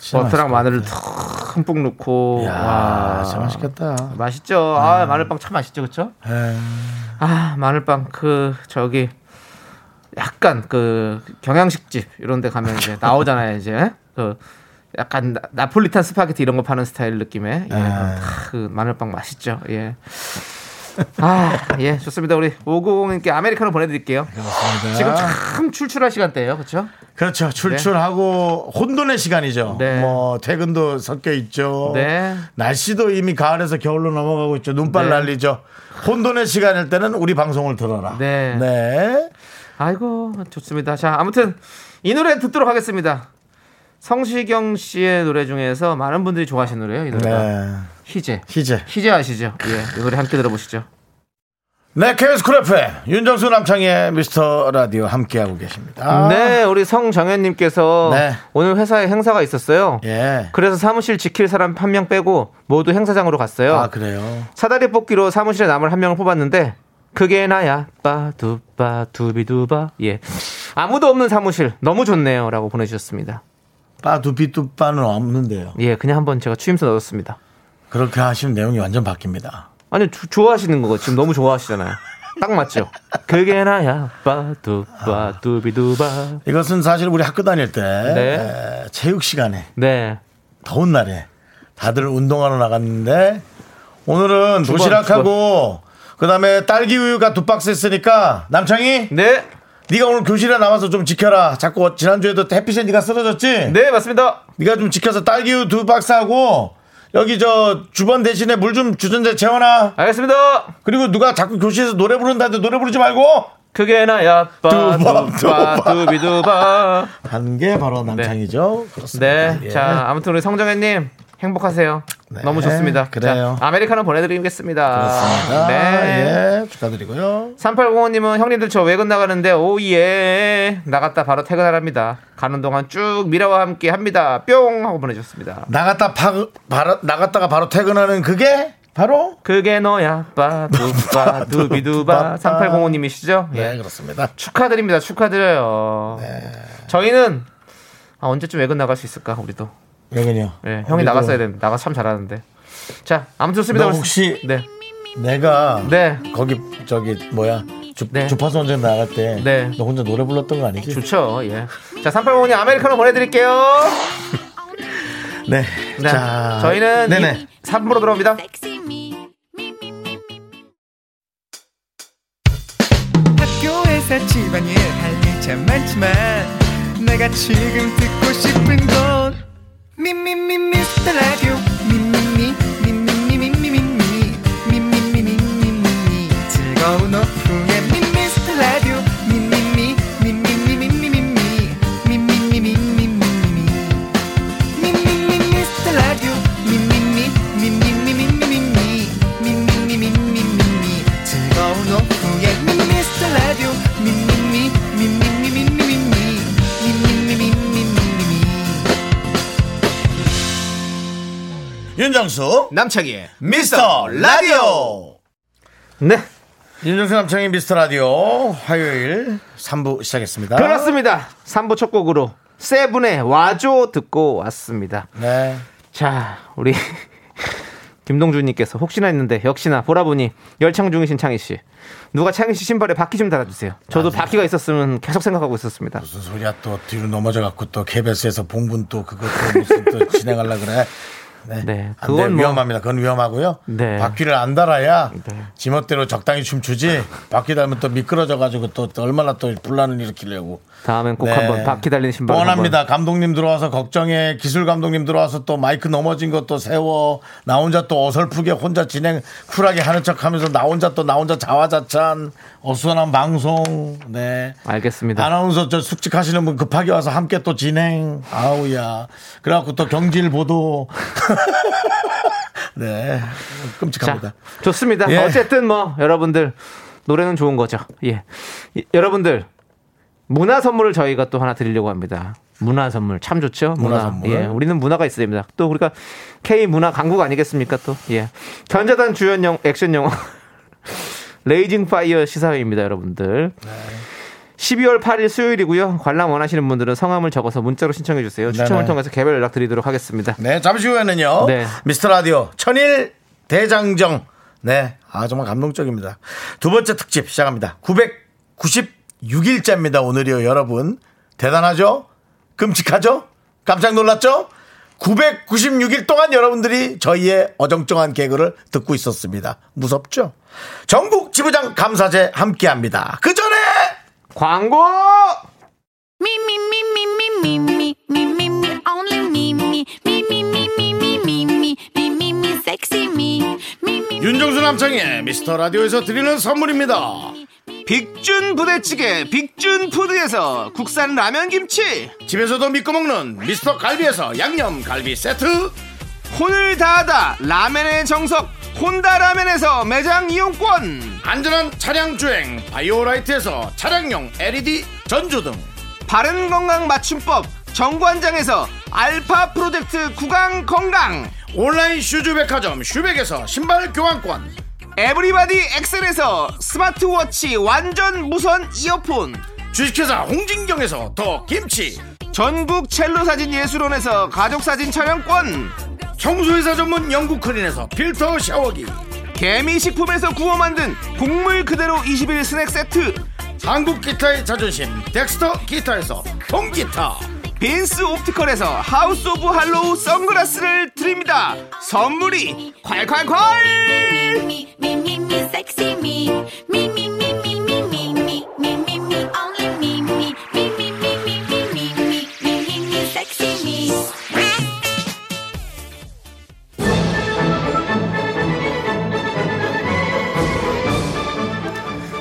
A: 진짜 맛있을
B: 버터랑 마늘을 듬뿍 넣고.
A: 것 같아. 야,
B: 와.
A: 진짜 맛있겠다. 네.
B: 맛있죠. 아 마늘빵 참 맛있죠, 그쵸?
A: 예.
B: 아 마늘빵 그 저기 약간 그 경양식집 이런데 가면 이제 나오잖아요, 이제 그 약간 나, 폴리탄 스파게티 이런 거 파는 스타일 느낌의 예, 아, 그 마늘빵 맛있죠. 예. 아, 예, 좋습니다. 우리 590님께 아메리카노 보내드릴게요.
A: 아.
B: 지금 참 출출할 시간대예요, 그렇죠?
A: 그렇죠. 출출하고 혼돈의 시간이죠.
B: 네.
A: 뭐 퇴근도 섞여 있죠.
B: 네.
A: 날씨도 이미 가을에서 겨울로 넘어가고 있죠. 눈발
B: 네.
A: 날리죠. 혼돈의 시간일 때는 우리 방송을 들어라.
B: 네.
A: 네.
B: 아이고 좋습니다. 자 아무튼 이 노래 듣도록 하겠습니다. 성시경 씨의 노래 중에서 많은 분들이 좋아하시는 노래예요. 이 노래가
A: 네.
B: 희재.
A: 희재.
B: 희재 아시죠? 예, 이 노래 함께 들어보시죠.
A: 네, KBS 쿨 FM 윤정수 남창희의 미스터 라디오 함께하고 계십니다.
B: 네, 우리 성정현님께서
A: 네.
B: 오늘 회사에 행사가 있었어요.
A: 예.
B: 그래서 사무실 지킬 사람 한 명 빼고 모두 행사장으로 갔어요.
A: 아 그래요.
B: 사다리 뽑기로 사무실에 남을 한 명을 뽑았는데 그게 나야 빠두빠 두비두바 예 아무도 없는 사무실 너무 좋네요라고 보내주셨습니다.
A: 빠두비뚜빠는 없는데요.
B: 예, 그냥 한번 제가 추임새 넣었습니다.
A: 그렇게 하시면 내용이 완전 바뀝니다.
B: 아니 주- 좋아하시는 거 지금 너무 좋아하시잖아요. 딱 맞죠? 그게 나야 빠두빠 두비두바
A: 이것은 사실 우리 학교 다닐 때
B: 네.
A: 에, 체육 시간에
B: 네
A: 더운 날에 다들 운동하러 나갔는데 오늘은
B: 번,
A: 도시락하고 그다음에 딸기 우유가 두 박스 있으니까 남창이
B: 네,
A: 네가 오늘 교실에 나와서 좀 지켜라. 자꾸 지난주에도 해피샌 니가 쓰러졌지?
B: 네 맞습니다.
A: 네가 좀 지켜서 딸기 우유 두 박스 하고 여기 저 주번 대신에 물 좀 주전자 재워놔.
B: 알겠습니다.
A: 그리고 누가 자꾸 교실에서 노래 부른다는데 노래 부르지 말고
B: 그게 나야
A: 두바,
B: 빠두빠
A: 두바.
B: 두비두바
A: 하는 게 바로 남창이죠. 그렇습니다.
B: 네,
A: 예.
B: 자 아무튼 우리 성정현님 행복하세요.
A: 네,
B: 너무 좋습니다.
A: 그래요.
B: 자, 아메리카노 보내드리겠습니다.
A: 그렇습니다.
B: 네.
A: 예, 축하드리고요.
B: 3805님은 형님들 저 외근 나가는데 오예 나갔다 바로 퇴근하랍니다. 가는 동안 쭉 미라와 함께 합니다. 뿅 하고 보내주셨습니다.
A: 나갔다 파, 바로, 나갔다가 바로 퇴근하는 그게 바로
B: 그게 너야 빠두빠
A: 두바.
B: 두비두바 3805님이시죠? 예.
A: 네, 그렇습니다.
B: 축하드립니다. 축하드려요.
A: 네.
B: 저희는 아, 언제쯤 외근 나갈 수 있을까 우리도.
A: 왜그요
B: 예, 형이 나갔어야 되는데 나가서 참 잘하는데. 자, 아무튼 좋습니다.
A: 너
B: 우리-
A: 혹시-
B: 네.
A: 내가
B: 네.
A: 거기 저기 뭐야 주,
B: 네.
A: 주파수 원전 나갈 때 너
B: 네.
A: 혼자 노래 불렀던 거 아니지?
B: 좋죠. 예. 자, 385님 아메리카노 보내 드릴게요.
A: 네.
B: 네. 저희는
A: 네네.
B: 3부로 돌아옵니다.
E: 학교에서 집안일 할 일 참 많지만 내가 지금 듣고 싶은 건 미미미 미스터 라디오 미미미 미미미 미미미 미미미 미미미 즐거운 오후에 미스터 라디오 미미미 미미미 미미미 미미미 미미미
A: 윤정수
B: 남창희.
A: 미스터 라디오.
B: 네.
A: 윤정수 남창의 미스터 라디오 화요일 3부 시작했습니다.
B: 그렇습니다. 3부 첫 곡으로 세븐의 와줘 듣고 왔습니다.
A: 네.
B: 자, 우리 김동준님께서 혹시나 했는데 역시나 보라보니 열창 중이신 창희 씨 누가 창희 씨 신발에 바퀴 좀 달아주세요. 저도 바퀴가 있었으면 계속 생각하고 있었습니다.
A: 무슨 소리야 또 뒤로 넘어져 갖고 또 KBS에서 봉분 또 그것도 무슨 또 진행하려 그래. 네.
B: 네,
A: 안
B: 그건
A: 돼요.
B: 뭐-
A: 위험합니다. 그건 위험하고요.
B: 네.
A: 바퀴를 안 달아야
B: 네.
A: 지멋대로 적당히 춤추지. 바퀴 달면 또 미끄러져가지고 또, 또 얼마나 또 분란을 일으키려고.
B: 다음엔 꼭
A: 네.
B: 한번 바퀴 달린 신발
A: 뻔합니다. 감독님 들어와서 걱정해. 기술 감독님 들어와서 또 마이크 넘어진 것도 세워. 나 혼자 또 어설프게 혼자 진행 쿨하게 하는 척 하면서 나 혼자 또 나 혼자 자화자찬 어수선한 방송. 네.
B: 알겠습니다.
A: 아나운서 저 숙직하시는 분 급하게 와서 함께 또 진행. 아우야. 그래갖고 또 경질 보도. 네. 끔찍합니다.
B: 자, 좋습니다.
A: 예.
B: 어쨌든 뭐 여러분들 노래는 좋은 거죠. 예. 이- 여러분들 문화 선물을 저희가 또 하나 드리려고 합니다. 문화 선물 참 좋죠. 문화,
A: 문화 선물.
B: 예, 우리는 문화가 있어야 됩니다. 또 우리가 K 문화 강국 아니겠습니까? 또 예. 견자단 주연 영 액션 영화 레이징 파이어 시사회입니다, 여러분들.
A: 네.
B: 12월 8일 수요일이고요. 관람 원하시는 분들은 성함을 적어서 문자로 신청해 주세요. 추첨을
A: 네네.
B: 통해서 개별 연락 드리도록 하겠습니다.
A: 네, 잠시 후에는요.
B: 네.
A: 미스터 라디오 천일 대장정. 네. 아, 정말 감동적입니다. 두 번째 특집 시작합니다. 996일째입니다. 오늘이요, 여러분. 대단하죠? 끔찍하죠? 깜짝 놀랐죠? 996일 동안 여러분들이 저희의 어정쩡한 개그를 듣고 있었습니다. 무섭죠? 전국 지부장 감사제 함께 합니다. 그 전에!
B: 광고!
D: Me, me, me, me, me, me, me, me, me, me, only me, me, me, me, me, me, me, me, me, me, me, me, sexy me, me, me,
A: 음. 윤정수 남창의 미스터 라디오에서 드리는 선물입니다.
F: 빅준 부대찌개 빅준 푸드에서 국산 라면 김치
A: 집에서도 믿고 먹는 미스터 갈비에서 양념 갈비 세트
F: 혼을 다하다 라면의 정석 혼다 라면에서 매장 이용권
A: 안전한 차량 주행 바이오라이트에서 차량용 LED 전조 등
F: 바른 건강 맞춤법 정관장에서 알파 프로젝트 구강 건강
A: 온라인 슈즈 백화점 슈백에서 신발 교환권
F: 에브리바디 엑셀에서 스마트워치 완전 무선 이어폰
A: 주식회사 홍진경에서 더 김치
F: 전국 첼로 사진 예술원에서 가족 사진 촬영권
A: 청소회사 전문 영국 크린에서 필터 샤워기
F: 개미 식품에서 구워 만든 곡물 그대로 21 스낵 세트
A: 한국 기타의 자존심 덱스터 기타에서 통기타
F: 빈스 옵티컬에서 하우스 오브 할로우 선글라스를 드립니다. 선물이 콸콸콸!
D: me, me, me, me, sexy me, me, me, me, me, me, me, me, me, me, me, only me, me, me, me, me, me, me, me, me, me, me, me, sexy me.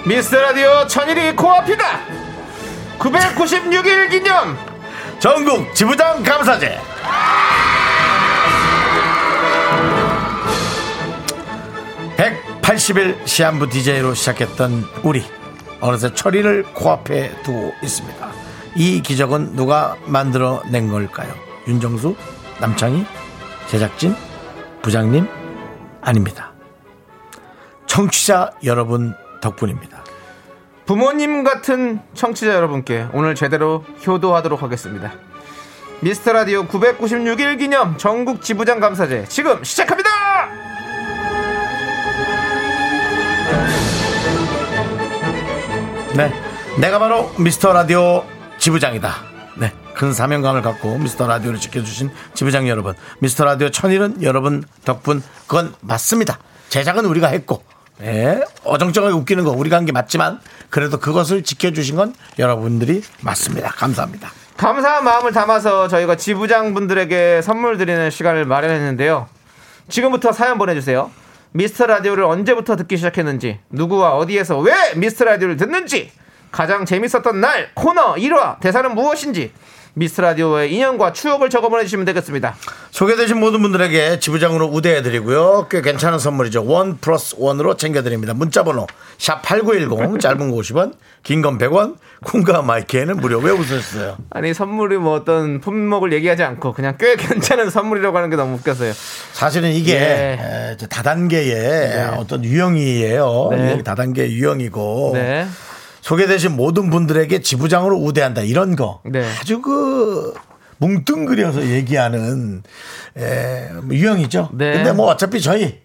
B: 미스터 라디오 천일이 코앞이다. 996일 기념
A: 전국 지부장 감사제 (180일) 시한부 DJ로 시작했던 우리 어느새 철인을 코앞에 두고 있습니다 이 기적은 누가 만들어낸 걸까요 윤정수 남창희 제작진 부장님 아닙니다 청취자 여러분 덕분입니다
B: 부모님 같은 청취자 여러분께 오늘 제대로 효도하도록 하겠습니다. 미스터 라디오 996일 기념 전국 지부장 감사제 지금 시작합니다.
A: 네. 내가 바로 미스터 라디오 지부장이다. 네. 큰 사명감을 갖고 미스터 라디오를 지켜주신 지부장 여러분. 미스터 라디오 천일은 여러분 덕분 그건 맞습니다. 제작은 우리가 했고. 예. 어정쩡하게 웃기는 거 우리가 한 게 맞지만 그래도 그것을 지켜주신 건 여러분들이 맞습니다. 감사합니다.
B: 감사한 마음을 담아서 저희가 지부장 분들에게 선물 드리는 시간을 마련했는데요. 지금부터 사연 보내주세요. 미스터 라디오를 언제부터 듣기 시작했는지, 누구와 어디에서 왜 미스터 라디오를 듣는지, 가장 재밌었던 날, 코너, 일화, 대사는 무엇인지, 미스터 라디오의 인연과 추억을 적어 보내주시면 되겠습니다.
A: 소개되신 모든 분들에게 지부장으로 우대해드리고요. 꽤 괜찮은 선물이죠. 원 플러스 원으로 챙겨드립니다. 문자번호 샵8910 짧은 거 50원 긴 건 100원 콩과 마이키에는 무료 왜 웃으셨어요?
B: 아니, 선물이 뭐 어떤 품목을 얘기하지 않고, 그냥 꽤 괜찮은 선물이라고 하는 게 너무 웃겨서요.
A: 사실은 이게
B: 예.
A: 에, 이제 다단계의 어떤 유형이에요.
B: 네.
A: 이게 다단계 유형이고
B: 네.
A: 소개되신 모든 분들에게 지부장으로 우대한다 이런 거
B: 네.
A: 아주 그 뭉뚱그려서 얘기하는 에, 뭐 유형이죠.
B: 네.
A: 근데 뭐 어차피 저희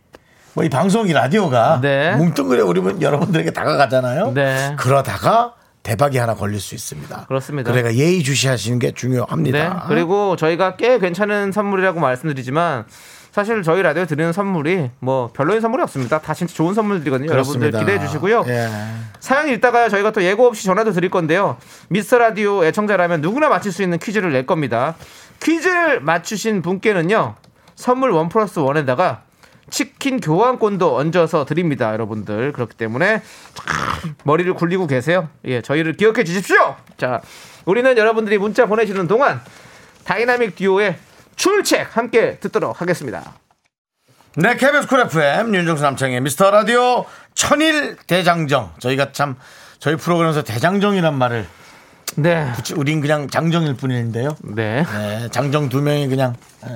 A: 뭐 이 방송이 라디오가
B: 네.
A: 뭉뚱그려 우리 분 여러분들에게 다가가잖아요.
B: 네.
A: 그러다가 대박이 하나 걸릴 수 있습니다.
B: 그렇습니다.
A: 그러니까 예의주시하시는 게
B: 네.
A: 중요합니다.
B: 그리고 저희가 꽤 괜찮은 선물이라고 말씀드리지만 사실 저희 라디오 드리는 선물이 뭐 별로인 선물이 없습니다. 다 진짜 좋은 선물들이거든요. 여러분들
A: 그렇습니다.
B: 기대해 주시고요.
A: 예.
B: 사연 읽다가 저희가 또 예고 없이 전화도 드릴 건데요. 미스터 라디오 애청자라면 누구나 맞힐 수 있는 퀴즈를 낼 겁니다. 퀴즈를 맞추신 분께는요. 선물 원 플러스 원에다가 치킨 교환권도 얹어서 드립니다, 여러분들. 그렇기 때문에 참 머리를 굴리고 계세요. 예, 저희를 기억해 주십시오. 자, 우리는 여러분들이 문자 보내시는 동안 다이나믹 듀오의 출첵 함께 듣도록 하겠습니다.
A: 네, KBS 쿨 FM 윤정수 남창의 미스터 라디오 천일 대장정. 저희가 참 저희 프로그램에서 대장정이란 말을
B: 네.
A: 지- 우린 그냥 장정일 뿐인데요.
B: 네.
A: 네, 장정 두 명이 그냥 에,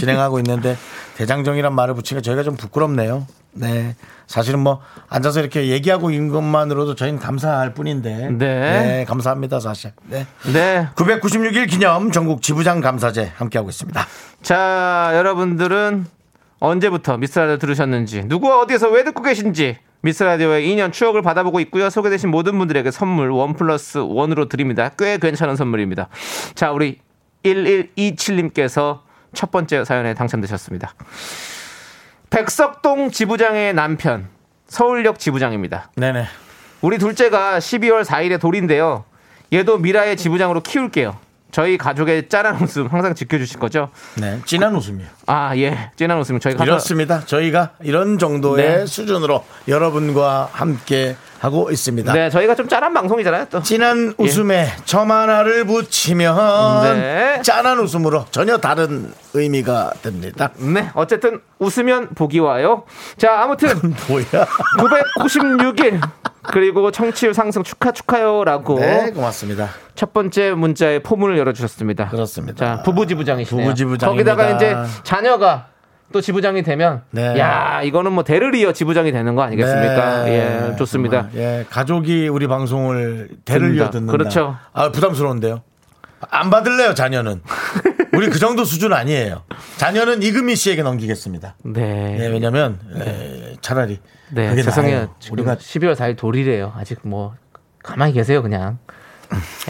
A: 진행하고 있는데 대장정이란 말을 붙이니까 저희가 좀 부끄럽네요. 네, 사실은 뭐 앉아서 이렇게 얘기하고 있는 것만으로도 저희는 감사할 뿐인데.
B: 네.
A: 감사합니다 사실. 네.
B: 네.
A: 996일 기념 전국 지부장 감사제 함께하고 있습니다.
B: 자, 여러분들은 언제부터 미스라디오 들으셨는지, 누구와 어디에서 왜 듣고 계신지, 미스라디오의 2년 추억을 받아보고 있고요. 소개되신 모든 분들에게 선물 원 플러스 원으로 드립니다. 꽤 괜찮은 선물입니다. 자, 우리 1127님께서 첫 번째 사연에 당첨되셨습니다. 백석동 지부장의 남편, 서울역 지부장입니다.
A: 네네.
B: 우리 둘째가 12월 4일에 돌인데요. 얘도 미라의 지부장으로 키울게요. 저희 가족의 짜란 웃음 항상 지켜주실 거죠?
A: 네, 진한 웃음이요.
B: 아, 예. 진한 웃음 저희가
A: 이렇습니다. 저희가 이런 정도의
B: 네.
A: 수준으로 여러분과 함께 하고 있습니다.
B: 네, 저희가 좀 짠한 방송이잖아요, 또.
A: 진한 웃음에 점 하나를 붙이면
B: 네.
A: 짠한 웃음으로 전혀 다른 의미가 됩니다.
B: 네, 어쨌든 웃으면 복이 와요. 자, 아무튼
A: 뭐야?
B: 996일 그리고 청취율 상승 축하 축하요라고
A: 네, 고맙습니다.
B: 첫 번째 문자의 포문을 열어 주셨습니다.
A: 그렇습니다.
B: 자, 부부 지부장이시네요.
A: 부부 지부장입니다.
B: 거기다가 이제 자녀가 또 지부장이 되면
A: 네.
B: 야, 이거는 뭐 대를 이어 지부장이 되는 거 아니겠습니까?
A: 네,
B: 예, 좋습니다.
A: 정말. 예, 가족이 우리 방송을 대를
B: 듣는다.
A: 이어 듣는다.
B: 그렇죠.
A: 아, 부담스러운데요. 안 받을래요, 자녀는. 우리 그 정도 수준 아니에요. 자녀는 이금희 씨에게 넘기겠습니다.
B: 네.
A: 네, 왜냐면 에, 차라리
B: 네,
A: 그게
B: 죄송해요.
A: 나아요.
B: 지금
A: 우리가
B: 12월 4일 돌이래요. 아직 뭐 가만히 계세요, 그냥.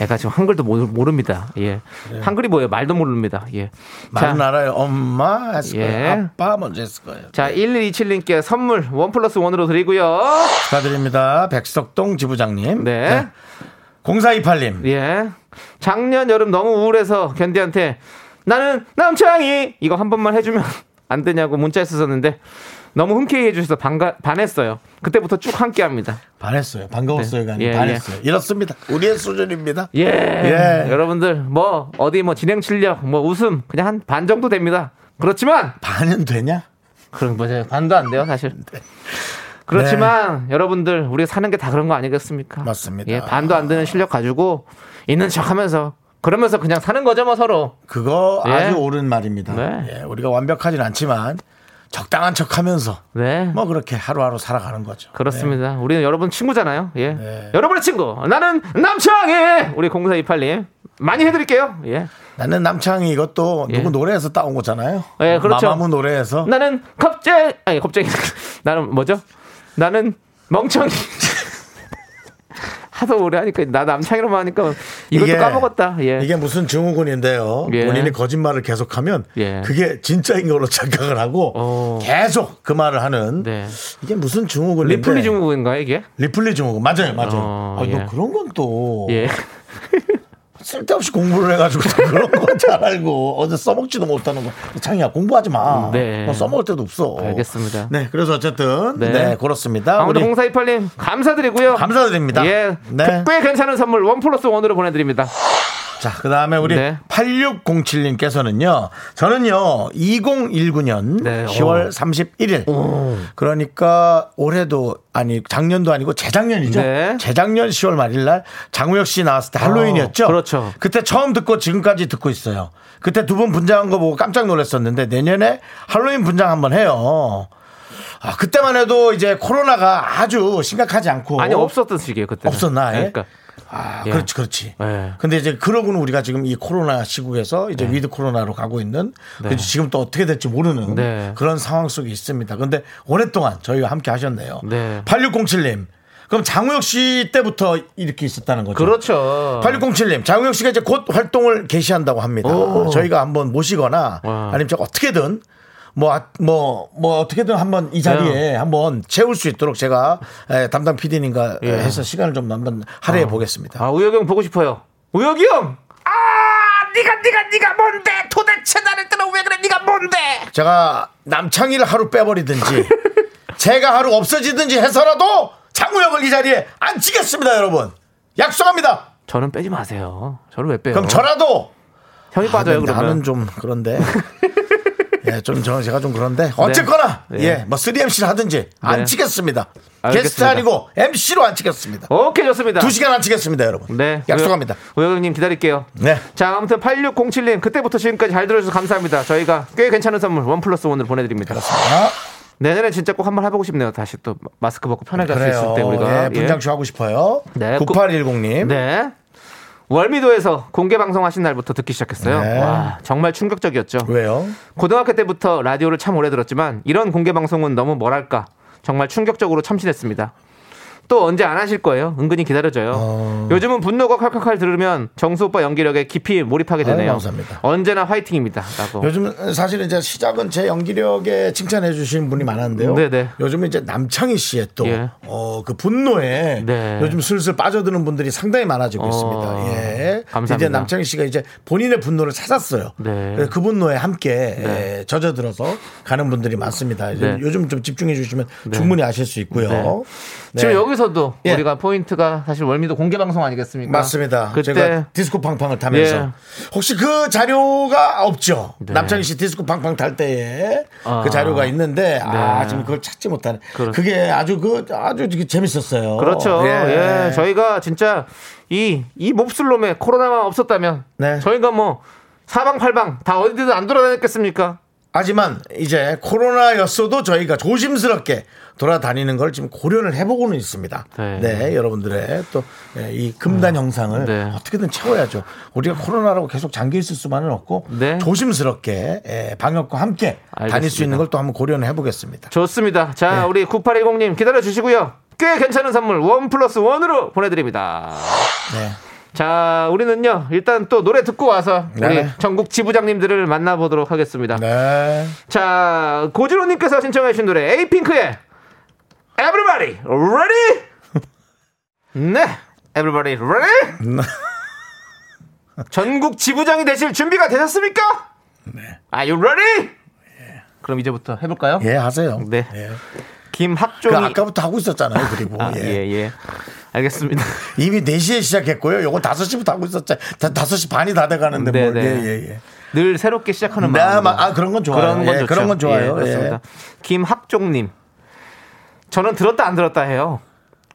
B: 애가 지금 한글도 모르, 모릅니다. 예. 한글이 뭐예요? 말도 모릅니다. 예.
A: 네. 말은
B: 자,
A: 알아요. 엄마 했을
B: 예.
A: 거예요. 아빠 먼저 했을 거예요.
B: 자, 1127님께 선물 원 플러스 원으로 드리고요.
A: 축하드립니다. 백석동 지부장님.
B: 네.
A: 0428님.
B: 예. 작년 여름 너무 우울해서 견디한테 나는 남창이 이거 한 번만 해주면 안 되냐고 문자 했었는데 너무 흔쾌히 해주셔서 반가, 반했어요. 그때부터 쭉 함께 합니다.
A: 반했어요. 반가웠어요가 아니라
B: 예,
A: 반했어요. 이렇습니다. 우리의 수준입니다.
B: 예.
A: 예.
B: 여러분들 뭐 어디 뭐 진행 실력 뭐 웃음 그냥 한 반 정도 됩니다. 그렇지만
A: 반은 되냐?
B: 그런 뭐죠 반도 안 돼요 사실.
A: 네.
B: 그렇지만 여러분들 우리 사는 게 다 그런 거 아니겠습니까?
A: 맞습니다.
B: 예, 반도 안 되는 실력 가지고 있는 척하면서 그러면서 그냥 사는 거죠 뭐 서로.
A: 그거
B: 예.
A: 아주 옳은 말입니다.
B: 네.
A: 예, 우리가 완벽하진 않지만 적당한 척 하면서
B: 네.
A: 뭐 네. 그렇게 하루하루 살아가는 거죠.
B: 그렇습니다. 우리는 여러분 친구잖아요. 예.
A: 네.
B: 여러분의 친구. 나는 남창이 우리 0428님 많이 해 드릴게요. 예.
A: 네. 나는 남창이 이것도
B: 예.
A: 누구 노래에서 따온 거잖아요.
B: 예, 그렇죠.
A: 마마무 노래에서
B: 나는 겁쟁이 아니 겁쟁이 나는 뭐죠? 나는 멍청이 하도 오래 하니까 나 남창이로만 하니까 이것도
A: 이게-
B: 까먹었다. 예.
A: 이게 무슨 증후군인데요.
B: 예.
A: 본인이 거짓말을 계속하면
B: 예.
A: 그게 진짜인 걸로 착각을 하고
B: 어.
A: 계속 그 말을 하는
B: 네.
A: 이게 무슨 증후군
B: 리플리 증후군인가요 이게?
A: 리플리 증후군 맞아요, 맞아요.
B: 어,
A: 아니, 너
B: 예.
A: 그런 건 또
B: 예.
A: 쓸데없이 공부를 해가지고 또 그런 건 잘 알고 어제 써먹지도 못하는 거. 창이야 공부하지 마.
B: 네.
A: 너 써먹을 데도 없어.
B: 알겠습니다.
A: 네, 그래서 어쨌든 네,
B: 네.
A: 그렇습니다.
B: 아무튼
A: 우리
B: 0428님 감사드리고요.
A: 감사드립니다.
B: 예.
A: 네.
B: 꽤 괜찮은 선물 원 플러스 원으로 보내드립니다.
A: 자, 그 다음에 우리
B: 네.
A: 8607님께서는요, 저는요, 2019년
B: 네,
A: 10월
B: 오.
A: 31일. 그러니까 올해도 아니, 작년도 아니고 재작년이죠.
B: 네.
A: 재작년 10월 말일날 장우혁 씨 나왔을 때 할로윈이었죠.
B: 어, 그렇죠.
A: 그때 처음 듣고 지금까지 듣고 있어요. 그때 두 분 분장한 거 보고 깜짝 놀랐었는데 내년에 할로윈 분장 한번 해요. 아, 그때만 해도 이제 코로나가 아주 심각하지 않고.
B: 아니 없었던 시기예요
A: 어?
B: 그때.
A: 없었나, 예?
B: 그러니까
A: 아,
B: 예.
A: 그렇지, 그렇지.
B: 예.
A: 근데 이제 그러고는 우리가 지금 이 코로나 시국에서 이제 위드 코로나로 가고 있는
B: 네.
A: 그래서 지금 또 어떻게 될지 모르는
B: 네.
A: 그런 상황 속에 있습니다. 근데 오랫동안 저희와 함께 하셨네요.
B: 네.
A: 8607님. 그럼 장우혁 씨 때부터 이렇게 있었다는 거죠.
B: 그렇죠.
A: 8607님, 장우혁 씨가 이제 곧 활동을 개시한다고 합니다.
B: 오.
A: 저희가 한번 모시거나
B: 와.
A: 아니면 저 어떻게든 뭐, 아- 뭐, 뭐 어떻게든 한번 이 자리에
B: 네.
A: 한번 채울 수 있도록 제가 에, 담당 PD님과
B: 예.
A: 해서 시간을 좀 한번 할애해 보겠습니다.
B: 아 우혁이 형 보고 싶어요. 우혁이 형. 아 네가 네가 네가 뭔데 도대체 나를 떠나 왜 그래 네가 뭔데?
A: 제가 남창희를 하루 빼버리든지 제가 하루 없어지든지 해서라도 장우혁을 이 자리에 앉히겠습니다, 여러분. 약속합니다.
B: 저는 빼지 마세요. 저를 왜 빼요?
A: 그럼 저라도
B: 형이
A: 아,
B: 빠져요
A: 근데
B: 그러면.
A: 나는 좀 그런데. 예, 좀 저는 제가 좀 그런데 어쨌거나
B: 네.
A: 예, 뭐 3MC를 하든지 안
B: 네.
A: 치겠습니다.
B: 알겠습니다.
A: 게스트 아니고 MC로 안 치겠습니다.
B: 오케이 좋습니다.
A: 두 시간 안 치겠습니다, 여러분.
B: 네
A: 약속합니다.
B: 우혁, 우혁님 기다릴게요.
A: 네.
B: 자 아무튼 8607님 그때부터 지금까지 잘 들어주셔서 감사합니다. 저희가 꽤 괜찮은 선물 원 플러스 원을 보내드립니다.
A: 아,
B: 내년에 진짜 꼭 한번 해보고 싶네요. 다시 또 마스크 벗고 편하게 할 수 있을
A: 그래요.
B: 때 우리가
A: 예, 분장쇼 하고 싶어요.
B: 네,
A: 9810님.
B: 네. 월미도에서 공개 방송하신 날부터 듣기 시작했어요.
A: 네.
B: 와, 정말 충격적이었죠.
A: 왜요?
B: 고등학교 때부터 라디오를 참 오래 들었지만 이런 공개 방송은 너무 뭐랄까 정말 충격적으로 참신했습니다. 또 언제 안 하실 거예요? 은근히 기다려져요.
A: 어.
B: 요즘은 분노가 칼칼칼 들으면 정수 오빠 연기력에 깊이 몰입하게 되네요.
A: 아유, 감사합니다.
B: 언제나 화이팅입니다.라고.
A: 요즘 사실은 이제 시작은 제 연기력에 칭찬해 주신 분이 많았는데요.
B: 네네.
A: 요즘은 이제 남창희 씨의 또,
B: 예.
A: 어, 그 분노에
B: 네.
A: 요즘 슬슬 빠져드는 분들이 상당히 많아지고
B: 어,
A: 있습니다. 예.
B: 감사합니다.
A: 이제 남창희 씨가 이제 본인의 분노를 찾았어요.
B: 네.
A: 그래서 그 분노에 함께 예, 젖어들어서 가는 분들이 많습니다. 이제
B: 네.
A: 요즘 좀 집중해 주시면 충분히 아실 수 있고요.
B: 네.
A: 네.
B: 지금 여기서도
A: 예.
B: 우리가 포인트가 사실 월미도 공개 방송 아니겠습니까?
A: 맞습니다.
B: 그때
A: 제가 디스코 팡팡을 타면서
B: 예.
A: 혹시 그 자료가 없죠?
B: 네.
A: 남창희 씨 디스코 팡팡 탈 때에
B: 아.
A: 그 자료가 있는데 아
B: 네.
A: 지금 그걸 찾지 못하네.
B: 그렇-
A: 그게 아주 그 아주 그 재밌었어요.
B: 그렇죠. 예. 저희가 진짜 이, 이 몹쓸놈의 코로나만 없었다면
A: 네.
B: 저희가 뭐 사방팔방 다 어디든 안 돌아다녔겠습니까?
A: 하지만 이제 코로나였어도 저희가 조심스럽게 돌아다니는 걸 지금 고려를 해보고는 있습니다. 네,
B: 네.
A: 여러분들의 또 예, 이 금단 형상을
B: 네.
A: 어떻게든 채워야죠. 우리가 코로나라고 계속 잠겨 있을 수만은 없고
B: 네.
A: 조심스럽게 예, 방역과 함께 다닐 수
B: 알겠습니다.
A: 있는 걸 또 한번 고려는 해보겠습니다.
B: 좋습니다.
A: 네.
B: 자, 우리 9810님 기다려 주시고요. 꽤 괜찮은 선물 원 플러스 원으로 보내드립니다.
A: 네.
B: 자, 우리는요 일단 또 노래 듣고 와서
A: 네네.
B: 우리 전국 지부장님들을 만나보도록 하겠습니다.
A: 네.
B: 자, 고지로님께서 신청해주신 노래 에이핑크의 Everybody Ready? 네, Everybody
A: 네.
B: Ready? 전국 지부장이 되실 준비가 되셨습니까? 네. Are you ready? 그럼 이제부터 해볼까요?
A: 예, 하세요.
B: 네.
A: 예. 그
B: 김학종이
A: 아까부터 하고 있었잖아요. 그리고
B: 아,
A: 예.
B: 예. 예, 알겠습니다.
A: 이미 4시에 시작했고요. 요거 5시부터 하고 있었죠. 다 5시 반이 다 돼가는데 뭘.
B: 네, 네.
A: 예, 예, 예.
B: 늘 새롭게 시작하는
A: 네,
B: 마음.
A: 아마- 아, 그런 건 좋아요.
B: 그런 건
A: 예,
B: 좋죠.
A: 그런 건 좋아요.
B: 예, 그렇습니다. 김학종님, 저는 들었다 안 들었다 해요.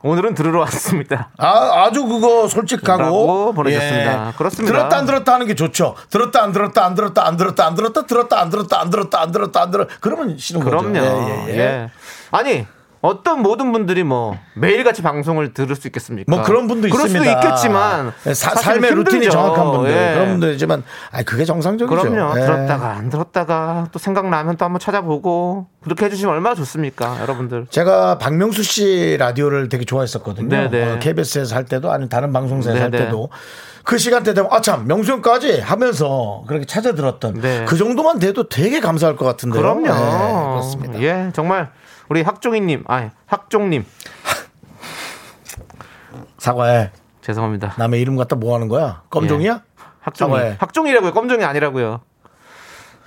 B: 오늘은 들으러 왔습니다.
A: 아, 아주 그거 솔직하고 예.
B: 라고 보내셨습니다. 그렇습니다.
A: 들었다 안 들었다 하는 게 좋죠. 들었다 안 들었다 안 들었다 안 들었다 안 들었다 들었다 안 들었다 안 들었다 안 들었다 안 들었다 그러면 싫은
B: 그럼요.
A: 거죠. 예, 예, 예.
B: 예. 아니 어떤 모든 분들이 뭐 매일같이 방송을 들을 수 있겠습니까?
A: 뭐 그런 분도
B: 아, 그럴
A: 있습니다.
B: 수도 있겠지만
A: 예, 사-
B: 사실은
A: 삶의 루틴이
B: 힘들죠.
A: 정확한 분들
B: 예.
A: 그런 분들이지만 아 그게 정상적이죠.
B: 그럼요.
A: 예.
B: 들었다가 안 들었다가 또 생각나면 또 한번 찾아보고 그렇게 해주시면 얼마나 좋습니까, 여러분들.
A: 제가 박명수 씨 라디오를 되게 좋아했었거든요.
B: 네네.
A: 어, KBS에서 할 때도 아니면 다른 방송사에서 할
B: 네네.
A: 때도 그 시간대 되면 아참 명수 형까지 하면서 그렇게 찾아 들었던
B: 네.
A: 그 정도만 돼도 되게 감사할 것 같은데요.
B: 그럼요.
A: 네, 그렇습니다.
B: 예, 정말 우리 학종이님, 아니 학종님
A: 사과해.
B: 죄송합니다.
A: 남의 이름 갖다 뭐 하는 거야?
B: 예.
A: 껌종이야?
B: 학종이.
A: 사과해.
B: 학종이라고요. 껌종이 아니라고요.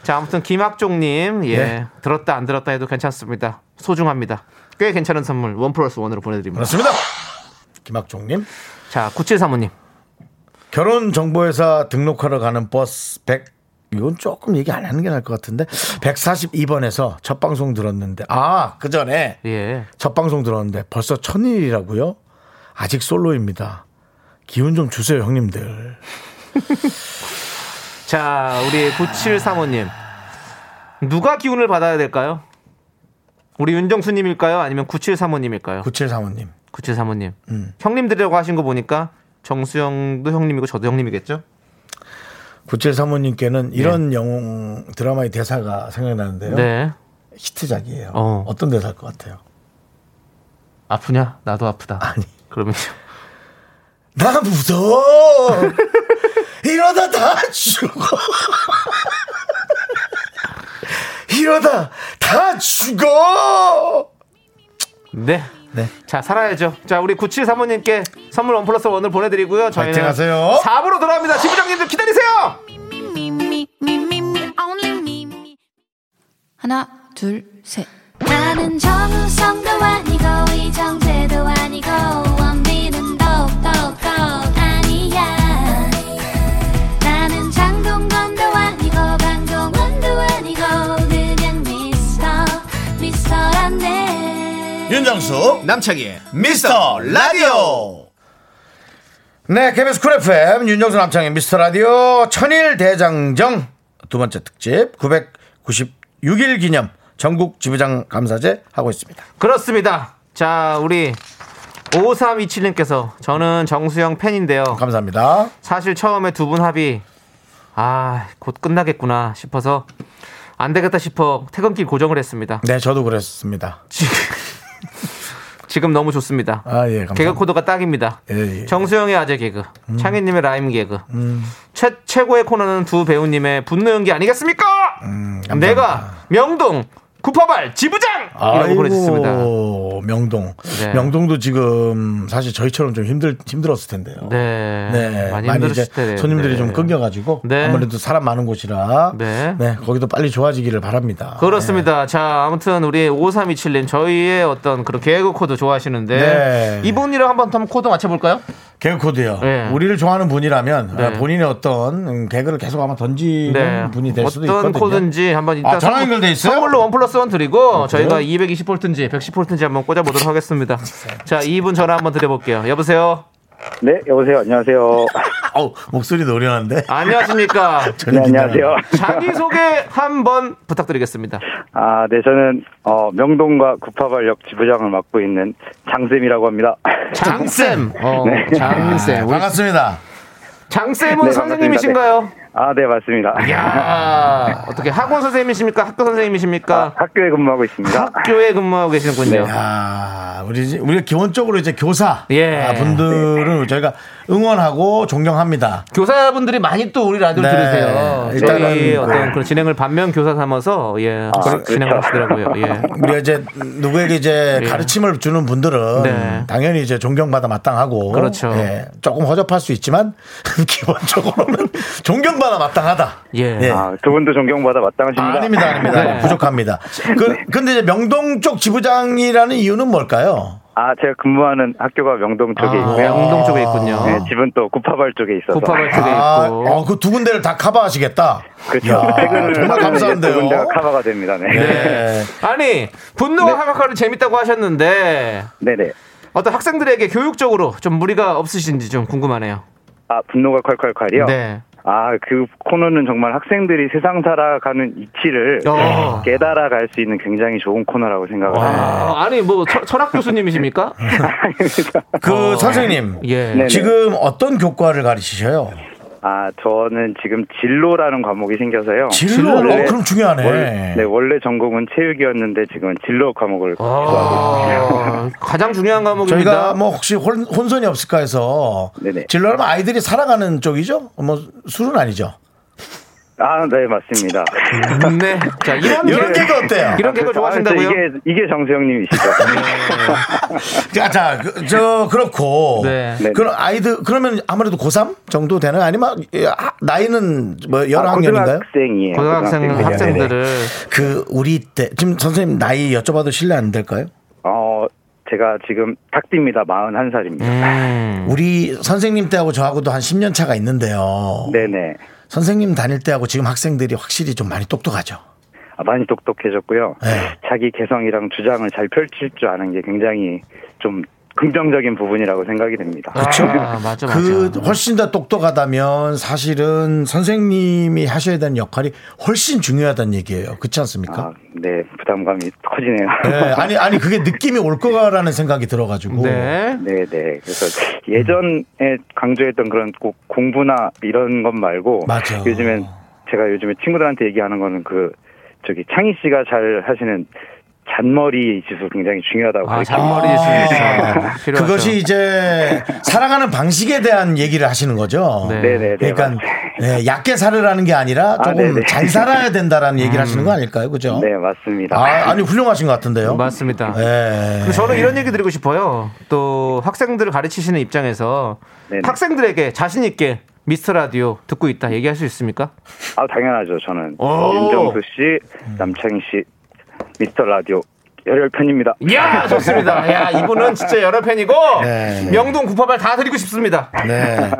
B: 자, 아무튼 김학종님, 예,
A: 네.
B: 들었다 안 들었다 해도 괜찮습니다. 소중합니다. 꽤 괜찮은 선물 원 플러스 원으로 보내드립니다.
A: 그렇습니다. 김학종님
B: 자, 9735님.
A: 결혼 정보회사 등록하러 가는 버스 100 이건 조금 얘기 안 하는 게 나을 것 같은데 142번에서 첫 방송 들었는데 아그 전에
B: 예.
A: 첫 방송 들었는데 벌써 천일이라고요? 아직 솔로입니다. 기운 좀 주세요, 형님들.
B: 자, 우리 9735님. 누가 기운을 받아야 될까요? 우리 윤정수님일까요? 아니면 9735님일까요?
A: 9735님.
B: 9735님.
A: 음.
B: 형님들이라고 하신 거 보니까 정수영도 형님이고 저도 형님이겠죠?
A: 9735님께는 이런 영웅 드라마의 대사가 생각나는데요.
B: 네.
A: 히트작이에요.
B: 어.
A: 어. 떤 대사일 것 같아요?
B: 아프냐? 나도 아프다. 아니. 그러면
A: 나 무서워. 이러다 다 죽어. 이러다 다 죽어.
B: 네.
A: 네.
B: 자, 살아야죠. 자, 우리 9735님께 선물 원 플러스 원을 보내드리고요. 저희는
A: 파이팅 하세요.
B: 4부로 돌아옵니다. 지부장님들 기다리세요!
D: me, me, me, me, me, only me, me.
G: 하나, 둘, 셋.
D: 나는 정우성도 아니고 이정재도 아니고 원빈은 더욱더 아니야 나는 장동건도 아니고 강동원도 아니고 그냥 미스터 미스터란데
A: 윤정수 남창희의 미스터 라디오 네 KBS 쿨 FM 윤정수 남창희 미스터 라디오 천일 대장정 두 번째 특집 996일 기념 전국 지부장 감사제 하고 있습니다
B: 그렇습니다. 자, 우리 5327님께서 저는 정수영 팬인데요.
A: 감사합니다
B: 사실 처음에 두 분 합이 아, 곧 끝나겠구나 싶어서 안 되겠다 싶어 퇴근길 고정을 했습니다.
A: 네 저도 그랬습니다
B: 지금 너무 좋습니다.
A: 아, 예, 감사합니다.
B: 개그 코드가 딱입니다.
A: 예, 음. 예.
B: 정수영의 아재 개그, 창희님의 라임 개그. 최, 최고의 코너는 두 배우님의 분노 기 아니겠습니까?
A: 음,
B: 내가 명동 구파발 지부장! 이라고 보내주셨습니다.
A: 아이고, 명동
B: 네.
A: 명동도 지금 사실 저희처럼 좀 힘들 힘들었을 텐데요
B: 네.
A: 네, 많이,
B: 많이 힘들었을
A: 이제
B: 때.
A: 손님들이
B: 네.
A: 좀 끊겨가지고
B: 네.
A: 아무래도 사람 많은 곳이라
B: 네.
A: 네. 거기도 빨리 좋아지기를 바랍니다.
B: 그렇습니다.
A: 네.
B: 자, 아무튼 우리 5327님 저희의 어떤 그런 개그 코드 좋아하시는데
A: 네.
B: 이분이랑 한번 한번 코드 맞춰볼까요?
A: 네. 개그 코드요.
B: 네.
A: 우리를 좋아하는 분이라면
B: 네.
A: 본인의 어떤 음, 개그를 계속 아마 던지는 분이 될 수도 있거든요.
B: 어떤 코드인지 한번 일단
A: 아, 전화
B: 선물-
A: 연결돼 있어요? 네.
B: 선물로 원 플러스 원
A: 그래요?
B: 드리고 저희가 220볼트인지 110볼트인지 한번 꽂아보도록 하겠습니다. 자, 이분 전화 한번 드려볼게요. 여보세요.
H: 네, 여보세요. 안녕하세요.
A: 어우, 목소리 노련한데.
B: 아, 안녕하십니까.
H: 네, 안녕하세요.
B: 자기 소개 한번 부탁드리겠습니다.
H: 아, 네, 저는 어, 명동과 구파발역 지부장을 맡고 있는 장쌤이라고 합니다.
B: 장쌤. 어, 장쌤.
A: 아, 반갑습니다.
B: 장쌤은
H: 네,
B: 선생님이신가요?
H: 아, 네, 맞습니다.
B: 야 어떻게 학원 선생님이십니까? 학교
H: 아,
B: 선생님이십니까?
H: 학교에 근무하고 있습니다.
B: 학교에 근무하고
H: 네.
B: 계시는군요.
A: 아, 우리 이제- 우리가 기본적으로 이제 교사
B: 예.
A: 아, 분들을 저희가 응원하고 존경합니다.
B: 교사분들이 많이 또 우리 라디오 를
A: 네.
B: 들으세요.
A: 일단은
B: 저희
A: 네.
B: 어떤 그런 진행을 반면 교사 삼아서 예
H: 그렇죠.
B: 진행을 하시더라고요. 예.
A: 우리가 이제 누구에게 이제
B: 예.
A: 가르침을 주는 분들은
B: 네.
A: 당연히 이제 존경받아 마땅하고
B: 그렇죠.
A: 예, 조금 허접할 수 있지만 기본적으로는 존경받아 마땅하다.
B: 예.
H: 아, 두 분도 존경받아 마땅하십니다.
A: 닙니다 아닙니다.
B: 네.
A: 부족합니다. 그, 근데 이제 명동 쪽 지부장이라는 이유는 뭘까요?
H: 아, 제가 근무하는 학교가 명동 쪽에
B: 아,
H: 있고요.
B: 명동 쪽에 있군요.
H: 네, 집은 또 구파발 쪽에 있어서.
B: 구파발 쪽에
A: 아,
B: 네, 있고.
A: 어, 그 두 군데를 다 커버하시겠다.
H: 그렇죠.
A: 이야,
H: 퇴근을
A: 정말
H: 하면은 이제 두 군데가
A: 감사한데요.
H: 커버가 됩니다. 네.
A: 네.
B: 아니 분노가 하각하를 재밌다고 하셨는데
H: 네, 네.
B: 어떤 학생들에게 교육적으로 좀 무리가 없으신지 좀 궁금하네요.
H: 아, 분노가 콸콸콸이요?
B: 네.
H: 아, 그 코너는 정말 학생들이 세상 살아가는 이치를
B: 어.
H: 깨달아갈 수 있는 굉장히 좋은 코너라고 생각을 합니다.
B: 아, 아니 뭐 철- 철학 교수님이십니까?
A: 그 선생님.
B: 어. 예.
H: 네.
A: 지금 어떤 교과를 가르치셔요?
H: 아, 저는 지금 진로라는 과목이 생겨서요.
A: 진로.
H: 원래-
A: 어, 그럼 중요하네.
H: 원- 네, 원래 전공은 체육이었는데 지금은 진로 과목을
B: 아, 가장 중요한 과목입니다.
A: 저희가 뭐 혹시 혼, 혼선이 없을까 해서
H: 네네.
A: 진로하면 아이들이 살아가는 쪽이죠? 뭐 술은 아니죠.
H: 아, 네, 맞습니다.
B: 네. 자 이런
A: 이런
B: 개-
A: 개그 어때요?
B: 이런 개그 좋아하신다고요?
H: 아, 진짜 이게 이게 정수영님이시죠?
A: 네. 자, 자, 그, 저 그렇고.
B: 네.
H: 네네.
A: 그럼 아이들 그러면 아무래도 고3 정도 되는 아니면 예, 아, 나이는 뭐 여러 학년인가요?
H: 고등학생이에요.
B: 고등학생
H: 고등학생이에요.
B: 학생들을
H: 네.
A: 그 우리 때 지금 선생님 나이 여쭤봐도 실례 안 될까요?
H: 어, 제가 지금 탁디입니다. 41살입니다.
B: 음.
A: 우리 선생님 때하고 저하고도 한 10년 차가 있는데요.
H: 네네.
A: 선생님 다닐 때하고 지금 학생들이 확실히 좀 많이 똑똑하죠.
H: 아, 많이 똑똑해졌고요.
A: 네.
H: 자기 개성이랑 주장을 잘 펼칠 줄 아는 게 굉장히 좀 긍정적인 부분이라고 생각이 됩니다.
A: 그렇죠?
B: 아, 맞아, 맞아.
A: 그 훨씬 더 똑똑하다면 사실은 선생님이 하셔야 되는 역할이 훨씬 중요하다는 얘기예요. 그렇지 않습니까?
H: 아, 네, 부담감이 커지네요.
A: 네, 아니 아니 그게 느낌이 올 거라는 생각이 들어가지고
B: 네.
H: 네, 네. 그래서 예전에 강조했던 그런 꼭 공부나 이런 것 말고
A: 맞아.
H: 요즘엔 제가 요즘에 친구들한테 얘기하는 거는 그 저기 창희 씨가 잘 하시는 잔머리 지수 굉장히 중요하다고
B: 아,
H: 생각합니다.
B: 잔머리
A: 아,
B: 지수.
A: 그것이 이제 살아가는 방식에 대한 얘기를 하시는 거죠.
B: 네.
H: 네네네.
A: 그러니까
H: 맞습니다.
A: 예, 얕게 살으라는 게 아니라 조금
H: 네네.
A: 잘 살아야 된다라는
B: 음.
A: 얘기를 하시는 거 아닐까요, 그죠?
H: 네 맞습니다.
A: 어? 아, 아니 훌륭하신 것 같은데요.
B: 맞습니다.
A: 예.
B: 근데 저는 이런 얘기 드리고 싶어요. 또 학생들을 가르치시는 입장에서
H: 네네.
B: 학생들에게 자신 있게 미스터 라디오 듣고 있다 얘기할 수 있습니까?
H: 아 당연하죠. 저는
B: 오.
H: 윤정수 씨, 남창희 씨, 미스터 라디오 열혈 팬입니다.
B: 야 좋습니다. 야 이분은 진짜 여러 팬이고
A: 네.
B: 명동 988 다 드리고 싶습니다.
A: 네.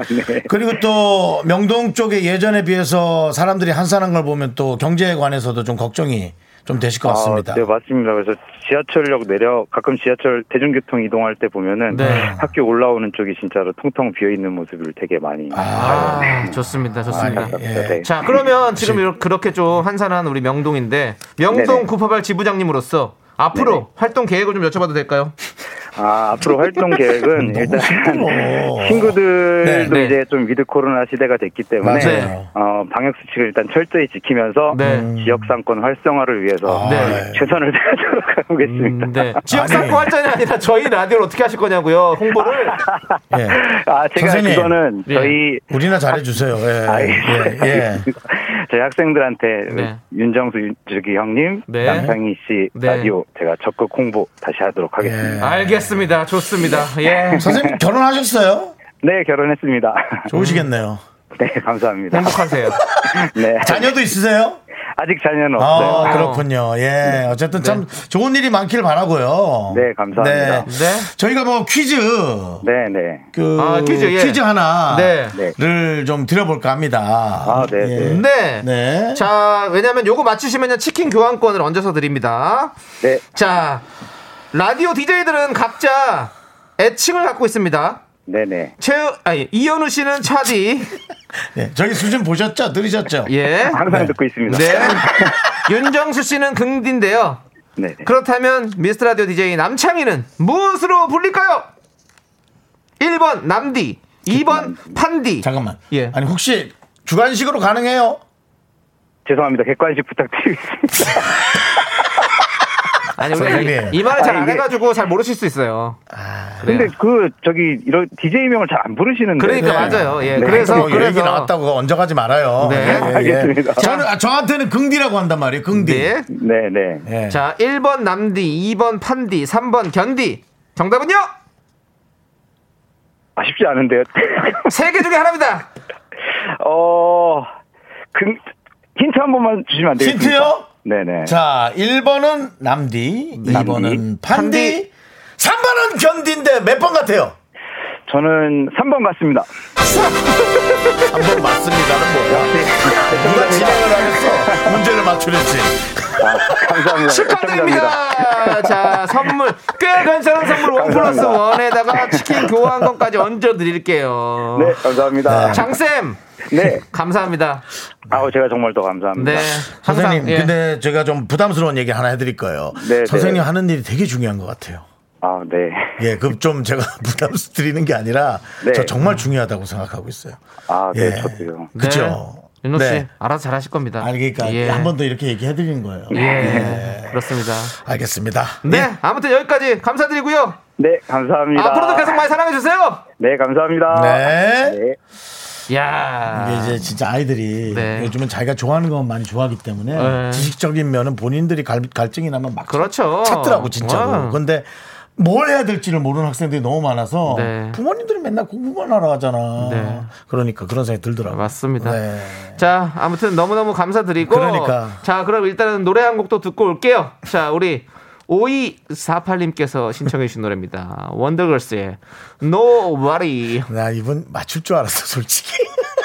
A: 그리고 또 명동 쪽에 예전에 비해서 사람들이 한산한 걸 보면 또 경제에 관해서도 좀 걱정이 좀 되실 것 같습니다.
H: 아, 네 맞습니다. 그래서 지하철역 내려 가끔 지하철 대중교통 이동할 때 보면은
B: 네.
H: 학교 올라오는 쪽이 진짜로 통통 비어 있는 모습을 되게 많이.
B: 아 좋습니다. 좋습니다.
A: 아, 예.
H: 네.
B: 자 그러면 지금 이렇게 그렇게 좀 한산한 우리 명동인데 명동
H: 네네.
B: 988 지부장님으로서 앞으로
H: 네네.
B: 활동 계획을 좀 여쭤봐도 될까요?
H: 아, 앞으로 활동 계획은 일단
A: 힘들어.
H: 친구들도
B: 네, 네.
H: 이제 좀 위드 코로나 시대가 됐기 때문에
A: 맞아요.
H: 어, 방역 수칙을 일단 철저히 지키면서 음,
B: 네.
H: 지역 상권 활성화를 위해서
A: 아,
B: 네.
H: 최선을 다하도록 해보겠습니다.
B: 음, 네. 지역
A: 아니.
B: 상권 활전이 아니라 저희 라디오를 어떻게 하실 거냐고요. 홍보를.
A: 예.
H: 아, 제가
A: 선생님. 네.
H: 그거는
B: 예.
H: 저희
A: 우리나 잘해주세요. 예.
H: 아이.
A: 예. 예.
H: 저희 학생들한테
B: 네.
H: 윤정수 윤주기 형님,
B: 네.
H: 남창희 씨
B: 네.
H: 라디오 제가 적극 홍보 다시 하도록 하겠습니다.
A: 예.
B: 알겠습니다. 좋습니다. 예.
A: 선생님 결혼하셨어요?
H: 네, 결혼했습니다.
A: 좋으시겠네요.
H: 네, 감사합니다.
B: 행복하세요.
H: 네.
A: 자녀도 있으세요?
H: 아직 자녀는 없어요. 네.
A: 아, 그렇군요. 예. 어쨌든 참 좋은 일이 많길 바라고요.
H: 네, 감사합니다.
A: 네.
B: 네.
A: 저희가 뭐 퀴즈
H: 네, 네.
A: 그
B: 아, 퀴즈, 예.
A: 하나
B: 네.
H: 네.
A: 를 좀 드려볼까 합니다.
H: 아, 네,
A: 예.
B: 네.
H: 네.
A: 네.
B: 자, 왜냐면 요거 맞추시면요. 치킨 교환권을 얹어서 드립니다.
H: 네.
B: 자, 라디오 DJ들은 각자 애칭을 갖고 있습니다.
H: 네네.
B: 최, 아니, 이현우 씨는 차디.
A: 예. 저희 수준 보셨죠? 들으셨죠?
B: 예.
H: 항상 듣고 있습니다.
B: 네. 윤정수 씨는 긍디인데요.
H: 네. 네.
B: 그렇다면 미스터 라디오 DJ 남창희는 무엇으로 불릴까요? 1번 남디,
H: 그
B: 2번 판디.
A: 잠깐만.
B: 예.
A: 아니 혹시 주관식으로 가능해요?
H: 죄송합니다. 객관식 부탁드리겠습니다.
B: 아니 우리
A: 선생님.
B: 이 말을 잘
H: 예. 아니,
B: 안
H: 이게-
B: 해가지고 잘 모르실 수 있어요. 그래요.
H: 근데 그, 저기, 이런 DJ명을 잘 안 부르시는데.
B: 네. 그러니까
A: 네.
B: 맞아요. 예.
H: 네.
B: 그래서
A: 뭐
B: 그래서
A: 얘기 나왔다고 얹어가지 말아요. 예,
B: 네.
H: 알겠습니다.
A: 저는 아, 저한테는 긍디라고 한단 말이에요. 긍디.
B: 네.
H: 네, 네.
A: 예.
B: 자, 1번 남디, 2번 판디, 3번 견디. 정답은요?
H: 아쉽지 않은데요.
B: 세 개 중에 하나입니다.
H: 어, 그, 힌트 한 번만 주시면 안 되겠습니까?
A: 힌트요?
H: 네네.
A: 자, 1번은 남디,
H: 남디,
A: 2번은 판디, 3번은 견디인데 몇 번 같아요?
H: 저는 3번 같습니다.
A: 3번 맞습니다는 뭐야?
B: 네.
A: 누가 진행을 하겠어? 문제를 맞추는지.
H: 아, 감사합니다.
B: 축하드립니다. 자, 선물 꽤 괜찮은 선물 원 플러스 원에다가 치킨 교환권까지 얹어 드릴게요.
H: 네, 감사합니다.
B: 장쌤
H: 네.
B: 감사합니다.
H: 아우, 제가 정말 더 감사합니다.
B: 네, 항상
A: 선생님,
B: 예.
A: 근데 제가 좀 부담스러운 얘기 하나 해드릴 거예요.
H: 네,
A: 선생님
H: 네.
A: 하는 일이 되게 중요한 것 같아요.
H: 아, 네.
A: 예, 그 좀 제가 부담 드리는 게 아니라
H: 네.
A: 저 정말 중요하다고 생각하고 있어요.
H: 아, 네,
A: 예.
H: 저도요.
A: 그죠?
B: 네. 윤호 씨
A: 네.
B: 알아서 잘하실 겁니다.
A: 아니, 그러니까
B: 예.
A: 한 번 더 이렇게 얘기해 드리는 거예요.
B: 예. 그렇습니다.
A: 알겠습니다.
B: 네, 아무튼 여기까지 감사드리고요.
H: 네, 감사합니다.
B: 앞으로도 계속 많이 사랑해 주세요.
H: 네, 감사합니다.
A: 네.
H: 네.
B: 야.
A: 이게 이제 진짜 아이들이
B: 네.
A: 요즘은 자기가 좋아하는 것만 많이 좋아하기 때문에
B: 네.
A: 지식적인 면은 본인들이 갈, 갈증이 나면 막
B: 그렇죠.
A: 찾더라고 진짜로.
B: 와.
A: 근데 뭘 해야 될지를 모르는 학생들이 너무 많아서
B: 네.
A: 부모님들이 맨날 공부만 하라 하잖아.
B: 네.
A: 그러니까 그런 생각이 들더라고.
B: 맞습니다.
A: 네.
B: 자, 아무튼 너무너무 감사드리고.
A: 그러니까.
B: 자, 그럼 일단은 노래 한 곡도 듣고 올게요. 자, 우리 5248님께서 신청해주신 노래입니다. 원더걸스의 Nobody.
A: 나 이분 맞출 줄 알았어 솔직히.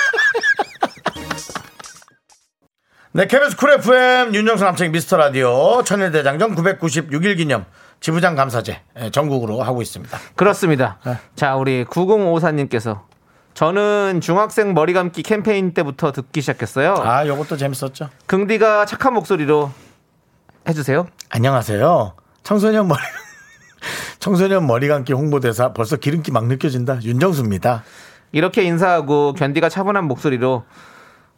A: 네, KBS 쿨 FM 윤정수 남창 미스터 라디오 천일대장정 996일 기념 지부장 감사제 예, 전국으로 하고 있습니다.
B: 그렇습니다.
A: 네.
B: 자, 우리 9054님께서 저는 중학생 머리 감기 캠페인 때부터 듣기 시작했어요.
A: 아, 요것도 재밌었죠.
B: 긍디가 착한 목소리로 해주세요.
A: 안녕하세요. 청소년 머리 청소년 머리 감기 홍보대사 벌써 기름기 막 느껴진다. 윤정수입니다.
B: 이렇게 인사하고 견디가 차분한 목소리로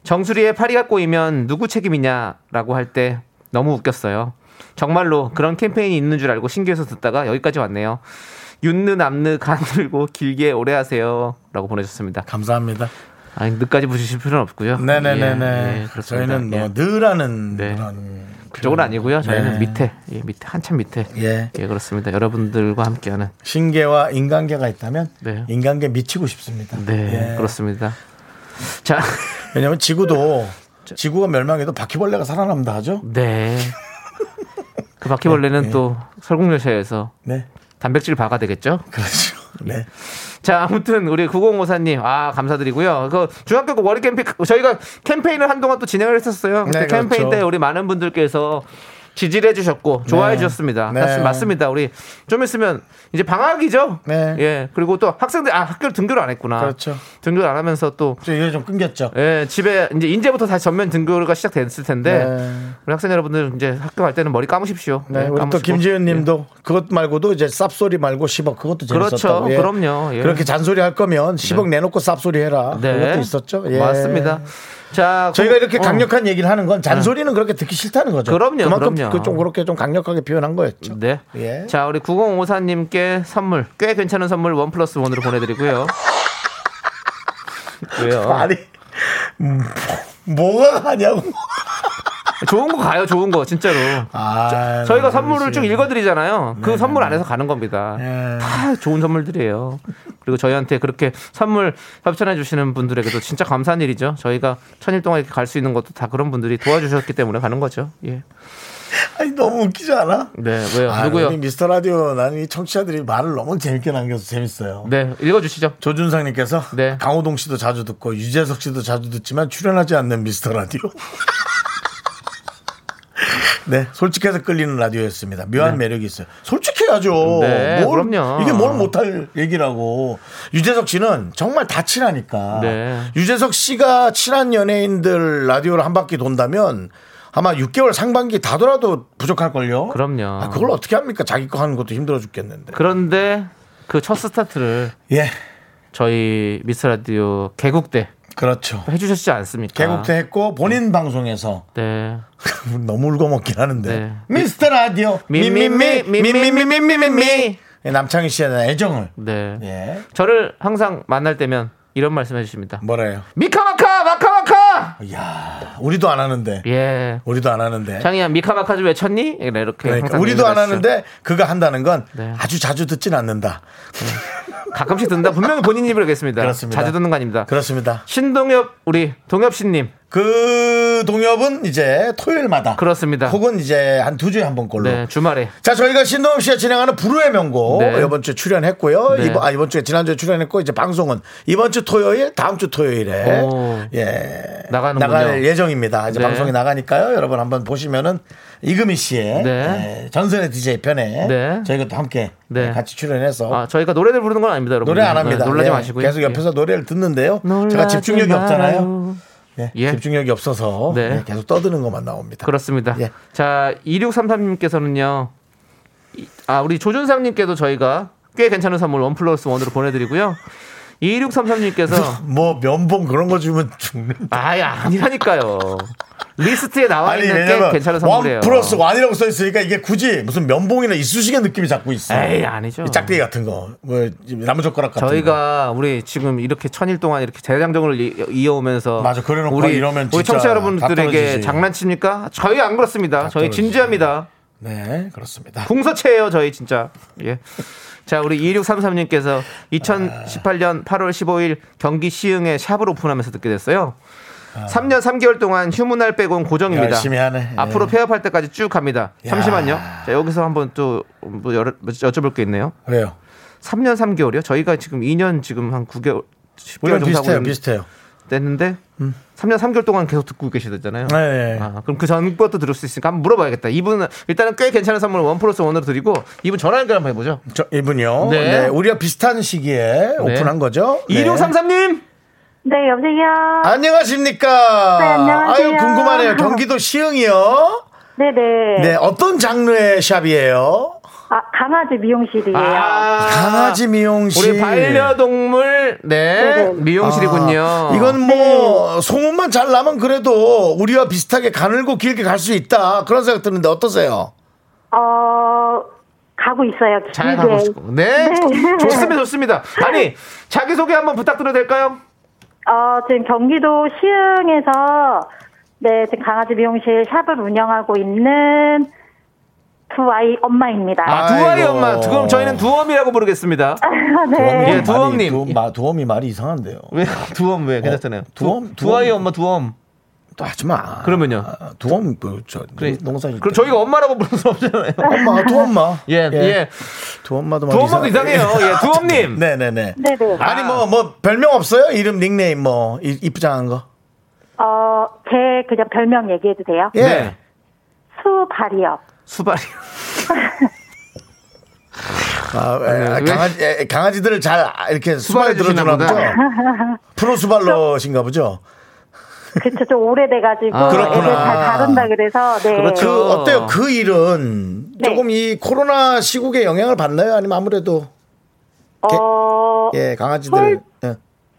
B: 정수리에 파리가 꼬이면 누구 책임이냐라고 할 때 너무 웃겼어요. 정말로 그런 캠페인이 있는 줄 알고 신기해서 듣다가 여기까지 왔네요. 윤느 남느 간 들고 길게 오래 하세요라고 보내셨습니다.
A: 감사합니다.
B: 아니 늦까지 부르실 필요는 없고요.
A: 네네네네.
B: 예, 예, 그렇습니다.
A: 저희는
B: 예.
A: 뭐 느라는
B: 네.
A: 그런
B: 그쪽은 아니고요. 저희는
A: 네.
B: 밑에, 예, 밑에 한참 밑에.
A: 예.
B: 예, 그렇습니다. 여러분들과 함께하는.
A: 신계와 인간계가 있다면
B: 네.
A: 인간계 미치고 싶습니다.
B: 네,
A: 예.
B: 그렇습니다. 자,
A: 왜냐면 지구도 지구가 멸망해도 바퀴벌레가 살아남다 하죠.
B: 네. 그 바퀴벌레는 또 설국열차에서
A: 네.
B: 단백질 바가 되겠죠?
A: 그렇죠.
B: 예.
A: 네.
B: 자, 아무튼 우리 9054님, 아, 감사드리고요. 그 중학교 그 월요 캠페인, 저희가 캠페인을 한동안 또 진행을 했었어요. 그때
A: 네, 그렇죠.
B: 캠페인 때 우리 많은 분들께서 지지를 해주셨고 좋아해
A: 네.
B: 주셨습니다.
A: 네.
B: 사실 맞습니다. 우리 좀 있으면 이제 방학이죠.
A: 네.
B: 예. 그리고 또 학생들 아 학교를 등교를 안 했구나.
A: 그렇죠.
B: 등교를 안 하면서 또
A: 저 이게 좀 끊겼죠.
B: 예, 집에 이제 이제부터 다시 전면 등교가 시작됐을 텐데
A: 네.
B: 우리 학생 여러분들 이제 학교 갈 때는 머리 감으십시오.
A: 네,
B: 예,
A: 우리 또
B: 감으시고.
A: 김지은 님도 그것 말고도 이제 쌉소리 말고 10억 그것도
B: 예. 그렇죠.
A: 재밌었다고.
B: 그럼요. 예.
A: 그렇게 잔소리 할 거면 10억 내놓고 쌉소리 해라.
B: 네.
A: 그것도 있었죠. 예.
B: 맞습니다. 자,
A: 저희가
B: 그-
A: 이렇게
B: 어.
A: 강력한 얘기를 하는 건 잔소리는 그렇게 듣기 싫다는 거죠.
B: 그럼요,
A: 그만큼
B: 그럼요.
A: 그좀 그렇게 좀 강력하게 표현한 거였죠.
B: 네.
A: 예.
B: 자, 우리 9054님께 선물, 꽤 괜찮은 선물 원 플러스 원으로 보내드리고요. 왜요?
A: 아니 음, 뭐가 가냐고.
B: 좋은 거 가요, 좋은 거, 진짜로.
A: 아, 네,
B: 저희가 선물을 쭉 읽어드리잖아요. 그 선물 안에서 가는 겁니다.
A: 예.
B: 다 좋은 선물들이에요. 그리고 저희한테 그렇게 선물 협찬해주시는 분들에게도 진짜 감사한 일이죠. 저희가 천일 동안 이렇게 갈 수 있는 것도 다 그런 분들이 도와주셨기 때문에 가는 거죠. 예.
A: 아니 너무 웃기지 않아?
B: 네, 왜요?
A: 아,
B: 누구요?
A: 우리 미스터 라디오 나는 이 청취자들이 말을 너무 재밌게 남겨서 재밌어요.
B: 네, 읽어주시죠.
A: 조준상님께서
B: 네.
A: 강호동 씨도 자주 듣고 유재석 씨도 자주 듣지만 출연하지 않는 미스터 라디오. 네, 솔직해서 끌리는 라디오였습니다. 묘한 매력이 있어요. 솔직해야죠.
B: 네,
A: 뭘,
B: 그럼요.
A: 이게 뭘 못할 얘기라고. 유재석 씨는 정말 다 친하니까.
B: 네.
A: 유재석 씨가 친한 연예인들 라디오를 한 바퀴 돈다면 아마 6개월 상반기 다 돌아도 부족할걸요.
B: 그럼요.
A: 아, 그걸 어떻게 합니까? 자기 거 하는 것도 힘들어 죽겠는데.
B: 그런데 그 첫 스타트를
A: 예,
B: 저희 미스 라디오 개국 때
A: 그렇죠.
B: 해주셨지 않습니까?
A: 개국도 했고 본인 방송에서
B: 네.
A: 너무 울고 먹긴 하는데
B: 네.
A: 미스터 라디오 미미미 예,
B: 미미미미미미미.
A: 남창희 씨에 대한 애정을
B: 네.
A: 예
B: 저를 항상 만날 때면 이런 말씀해 주십니다.
A: 뭐래요
B: 미카마카 마카마카.
A: 야 우리도 안 하는데
B: 예.
A: 우리도 안 하는데
B: 장이야 미카마카 좀 외쳤니? 이렇게
A: 그러니까
B: 항상
A: 우리도 안
B: 얘기하시죠.
A: 하는데 그가 한다는 건
B: 네.
A: 아주 자주 듣진 않는다
B: 가끔씩 듣는다 분명히 본인 입으로 얘기했습니다.
A: 그렇습니다.
B: 자주 듣는 거 아닙니다.
A: 그렇습니다
B: 신동엽 우리 동엽 씨님
A: 그 동엽은 이제 토요일마다
B: 그렇습니다.
A: 혹은 이제 한 두 주에 한 번꼴로
B: 네 주말에
A: 자, 저희가 신동엽 씨가 진행하는 불후의 명곡
B: 네.
A: 이번 주에 출연했고요.
B: 네.
A: 이번 아 이번 주에 지난주에 출연했고 이제 방송은 이번 주 토요일, 다음 주 토요일에
B: 오.
A: 예.
B: 나가는군요.
A: 나갈 예정입니다. 이제
B: 네.
A: 방송이 나가니까요. 여러분 한번 보시면은 이금희 씨의
B: 네.
A: 예, 전설의 DJ 편에
B: 네.
A: 저희가 또 함께
B: 네.
A: 같이 출연해서
B: 아 저희가 노래를 부르는 건 아닙니다, 여러분.
A: 노래 안 합니다.
B: 네, 놀라지
A: 예,
B: 마시고요.
A: 계속 옆에서 노래를 듣는데요.
B: 예.
A: 제가 집중력이
B: 놀라지
A: 없잖아요.
B: 말아요.
A: 예,
B: 예.
A: 집중력이 없어서
B: 네.
A: 예, 계속 떠드는 것만 나옵니다.
B: 그렇습니다.
A: 예.
B: 자, 2633님께서는요. 아, 우리 조준상님께도 저희가 꽤 괜찮은 선물 원 플러스 원으로 보내드리고요. 2633님께서
A: 뭐 면봉 그런 거 주면 죽는.
B: 아야 아니라니까요. 리스트에 나와
A: 아니
B: 있는 꽤
A: 왜냐면
B: 괜찮은 선물이에요.
A: 원 플러스 원이라고 써 있으니까 이게 굳이 무슨 면봉이나 이쑤시개 느낌이 자꾸 있어.
B: 에이 아니죠.
A: 이 짝대기 같은 거, 뭐 나무젓가락 같은 거.
B: 저희가 우리 지금 이렇게 천일 동안 이렇게 대장정을 이- 이어오면서
A: 맞아, 그래놓고
B: 우리
A: 이러면
B: 우리
A: 진짜 다
B: 청취자 여러분들에게
A: 떨어지지.
B: 장난칩니까? 저희 안 그렇습니다. 저희
A: 떨어지지.
B: 진지합니다.
A: 네, 그렇습니다.
B: 궁서체예요 저희 진짜 예. 자 우리 2633님께서 2018년 8월 15일 경기 시흥에 샵을 오픈하면서 듣게 됐어요 3년 3개월 동안 휴무날 빼곤 고정입니다
A: 아. 열심히 하네. 예.
B: 앞으로 폐업할 때까지 쭉 갑니다 잠시만요 자 여기서 한번 또뭐 여러- 여쭤볼 게 있네요
A: 왜요?
B: 3년 3개월이요? 저희가 지금 2년 지금 한 9개월 10개월
A: 우리랑
B: 정도 하고
A: 비슷해요,
B: 있는-
A: 비슷해요.
B: 됐는데 3년 3개월 동안 계속 듣고 계시잖아요.
A: 음. 네, 네.
B: 아, 그럼 그 전부터 들을 수 있으니까 한번 물어봐야겠다. 이분은 일단은 꽤 괜찮은 선물 원 플러스 원으로 드리고 이분 전화 연결 한번 해보죠.
A: 저 이분요.
B: 네.
A: 네. 우리가 비슷한 시기에 오픈한 거죠. 네.
B: 2633님
D: 네, 여보세요.
B: 아,
A: 안녕하십니까?
D: 네, 안녕하세요.
A: 아유 궁금하네요. 경기도 시흥이요.
D: 네네.
A: 네, 어떤 장르의 샵이에요?
D: 아, 강아지 미용실이에요.
B: 아,
A: 강아지 미용실.
B: 우리 반려동물 네
D: 네네.
B: 미용실이군요.
A: 아, 이건
D: 네.
A: 뭐 소문만 잘 나면 그래도 우리와 비슷하게 가늘고 길게 갈 수 있다 그런 생각 드는데 어떠세요?
I: 어, 가고 있어요.
B: 잘
I: 길게.
B: 가고 싶고. 네.
I: 네.
B: 좋습니다, 좋습니다. 아니, 자기소개 한번 부탁드려도 될까요?
I: 어, 지금 경기도 시흥에서 네, 지금 강아지 미용실 샵을 운영하고 있는 두 아이 엄마입니다.
B: 아, 두아이
A: 아이고. 아.
B: 엄마. 그럼 저희는 두엄이라고 부르겠습니다.
I: 네.
B: 예, 두엄님.
A: 두엄, 마, 두엄이 말이 이상한데요.
B: 왜? 두엄 왜? 괜찮잖아요.
A: 두엄,
B: 두, 두아이
A: 두엄.
B: 엄마 두엄.
A: 또 하지 마.
B: 그러면요?
A: 아, 두엄 그저
B: 그래.
A: 농사일
B: 그럼
A: 때.
B: 저희가 엄마라고 부를 수 없잖아요.
A: 엄마 두엄마.
B: 예, 예.
A: 두엄마도 말이
B: 두엄마도
A: 이상해.
B: 이상해요. 예, 두엄님.
A: 네, 네, 네.
I: 네네.
A: 아니 뭐 뭐 별명 없어요? 이름 닉네임 뭐 이- 이쁘장한 거.
I: 어, 제 그냥 별명 얘기해도 돼요? 그
A: 예.
B: 네.
I: 수발이요.
B: 수발이.
A: 아, 에,
B: 왜?
A: 강아지 에, 강아지들을 잘 이렇게 수발에
B: 수발해주시나
A: 들어주나 보죠.
B: 보다.
A: 프로 수발러신가 보죠.
I: 그쵸, 좀 오래돼가지고.
B: 아,
A: 그렇구나.
I: 애들 다 다른다 그래서, 네.
B: 그렇죠.
A: 음. 그
B: 어.
A: 어때요? 그 일은
I: 네.
A: 조금 이 코로나 시국에 영향을 받나요? 아니면 아무래도
I: 어,
A: 예 강아지들
I: 헐.
A: 예.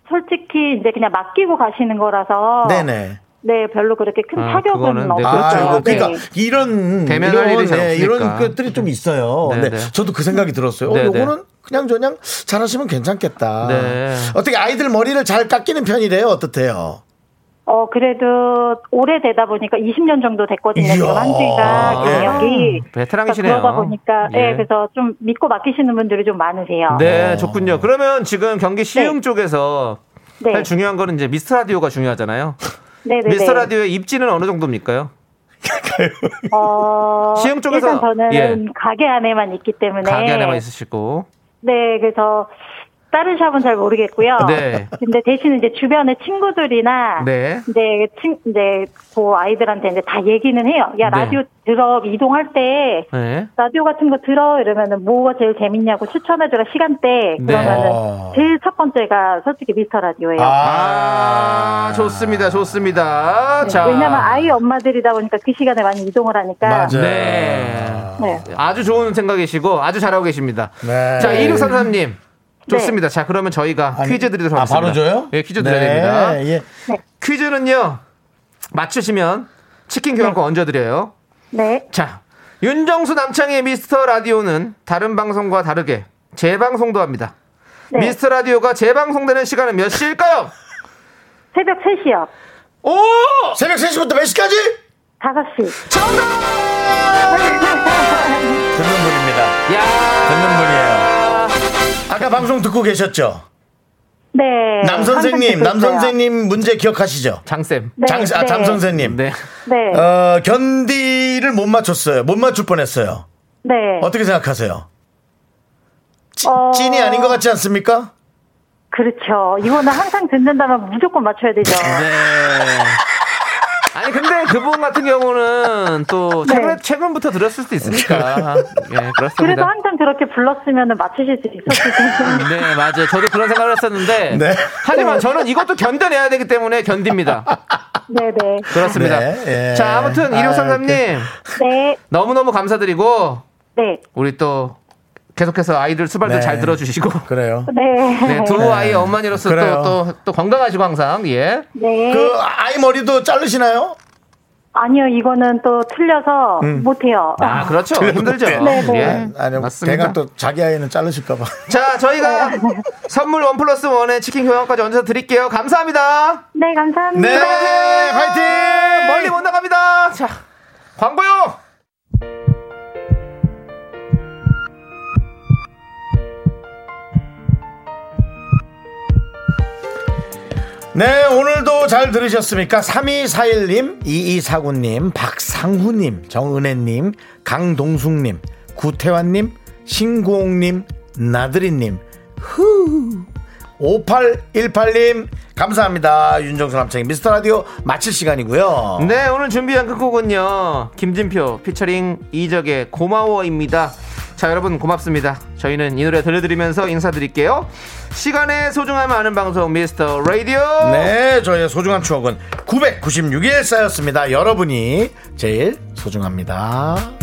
I: 솔직히 이제 그냥 맡기고 가시는 거라서.
A: 네네.
I: 네, 별로 그렇게 큰
B: 아, 그거는
I: 타격은
B: 네,
I: 없죠.
B: 그렇죠.
A: 아,
B: 네.
A: 그러니까 이런
B: 대면할
A: 이런,
B: 일이 잘
A: 예, 이런
B: 없으니까.
A: 것들이 좀 있어요.
B: 네,
A: 네,
B: 네.
A: 저도 그 생각이 들었어요.
B: 네,
A: 어,
B: 네.
A: 요거는 그냥 저냥 잘하시면 괜찮겠다.
B: 네.
A: 어떻게 아이들 머리를 잘 깎이는 편이래요? 어떻대요?
I: 어, 그래도 오래되다 보니까 20년 정도 됐거든요.
A: 이야.
I: 결혼지가
A: 네.
I: 경력이.
B: 베테랑이시네요.
I: 그러다 보니까, 예,
B: 예.
I: 그래서 아. 좀 믿고 맡기시는 분들이 좀 많으세요.
B: 네, 좋군요. 그러면 지금 경기 시흥 쪽에서
I: 네.
B: 사실 중요한 거는 이제 미스터 라디오가 중요하잖아요.
I: 네네네.
B: 미스터 라디오의 입지는 어느 정도입니까요?
I: 어,
B: 시흥 쪽에서-
I: 일단 저는
B: 예.
I: 가게 안에만 있기 때문에.
B: 가게 안에만 있으시고.
I: 네, 그래서 다른 샵은 잘 모르겠고요.
B: 네.
I: 근데 대신 이제 주변에 친구들이나
B: 네.
I: 이제 친 이제 그 아이들한테 이제 다 얘기는 해요.
B: 네.
I: 야 라디오 들어 이동할 때
B: 네.
I: 라디오 같은 거 들어 이러면은 뭐가 제일 재밌냐고 추천해줘라 시간대 그러면은
A: 아.
I: 제일 첫 번째가 솔직히 미스터 라디오예요.
B: 아, 좋습니다, 좋습니다. 자.
I: 네. 왜냐면 아이 엄마들이다 보니까 그 시간에 많이 이동을 하니까
A: 맞아요.
B: 네.
I: 네.
B: 아주 좋은 생각이시고 아주 잘하고 계십니다.
A: 네.
B: 자, 2633님. 좋습니다. 자, 그러면 저희가
A: 아니,
B: 퀴즈 드리도록
A: 아,
B: 하겠습니다.
A: 바로 줘요?
B: 예, 퀴즈 드려야 됩니다.
A: 예.
B: 퀴즈는요. 맞추시면 치킨 교환권 얹어 드려요.
I: 네.
B: 자, 윤정수 남창의 미스터 라디오는 다른 방송과 다르게 재방송도 합니다.
I: 네.
B: 미스터 라디오가 재방송되는 시간은 몇 시일까요?
I: 새벽 3시요.
B: 오!
A: 새벽 3시부터 몇 시까지?
I: 5시.
A: 듣는 분입니다.
B: 야!
A: 듣는 분이에요. 아까 방송 듣고 계셨죠?
I: 네.
A: 남 선생님, 남 선생님 문제 기억하시죠?
B: 장쌤.
I: 네,
A: 장, 아,
I: 네.
A: 장 선생님.
B: 네.
I: 네.
A: 어, 견디를 못 맞췄어요. 못 맞출 뻔했어요.
I: 네.
A: 어떻게 생각하세요? 찌-
I: 어.
A: 찐이 아닌 것 같지 않습니까?
I: 그렇죠. 이거는 항상 듣는다면 무조건 맞춰야 되죠.
B: 네. 아니 근데 그분 같은 경우는 또
I: 네.
B: 최근 최근부터 들었을 수도 있으니까 예
I: 그래서
B: 그렇습니다.
I: 항상 그렇게 불렀으면 맞추실 수 있었을 텐데.
B: 네 맞아요. 저도 그런 생각을 했었는데
A: 네.
B: 하지만 저는 이것도 견뎌내야 되기 때문에 견딥니다.
I: 네네.
B: 그렇습니다.
A: 네, 예.
B: 자 아무튼
A: 아,
B: 1633님
I: 네.
B: 너무 너무 감사드리고
I: 네.
B: 우리 또 계속해서 아이들 수발도
A: 네.
B: 잘 들어주시고
A: 그래요.
I: 네.
B: 네, 두 아이 어머니로서
A: 그래요.
B: 또 또 또 건강하시고 항상 예.
I: 네.
A: 그 아이 머리도 자르시나요?
I: 아니요, 이거는 또 틀려서 못해요.
B: 아 그렇죠 힘들죠.
I: 네, 네.
B: 예.
A: 아니요. 대강 또 자기 아이는 자르실까봐.
B: 자, 저희가 선물 원 플러스 원에 치킨 교환까지 얹어서 드릴게요. 감사합니다.
I: 네, 감사합니다.
A: 네, 화이팅!
B: 멀리 못 나갑니다. 자, 광고요.
A: 네, 오늘도 잘 들으셨습니까? 3241님, 2249님, 박상후님, 정은혜님, 강동숙님, 구태환님, 신구홍님, 나드리님, 후. 5818님, 감사합니다. 윤정수 남창희 미스터 라디오 마칠 시간이고요.
B: 네, 오늘 준비한 끝곡은요. 김진표 피처링 이적의 고마워입니다. 자, 여러분 고맙습니다. 저희는 이 노래 들려드리면서 인사드릴게요. 시간의 소중함 아는 방송 미스터 라디오.
A: 네, 저희의 소중한 추억은 996일 쌓였습니다. 여러분이 제일 소중합니다.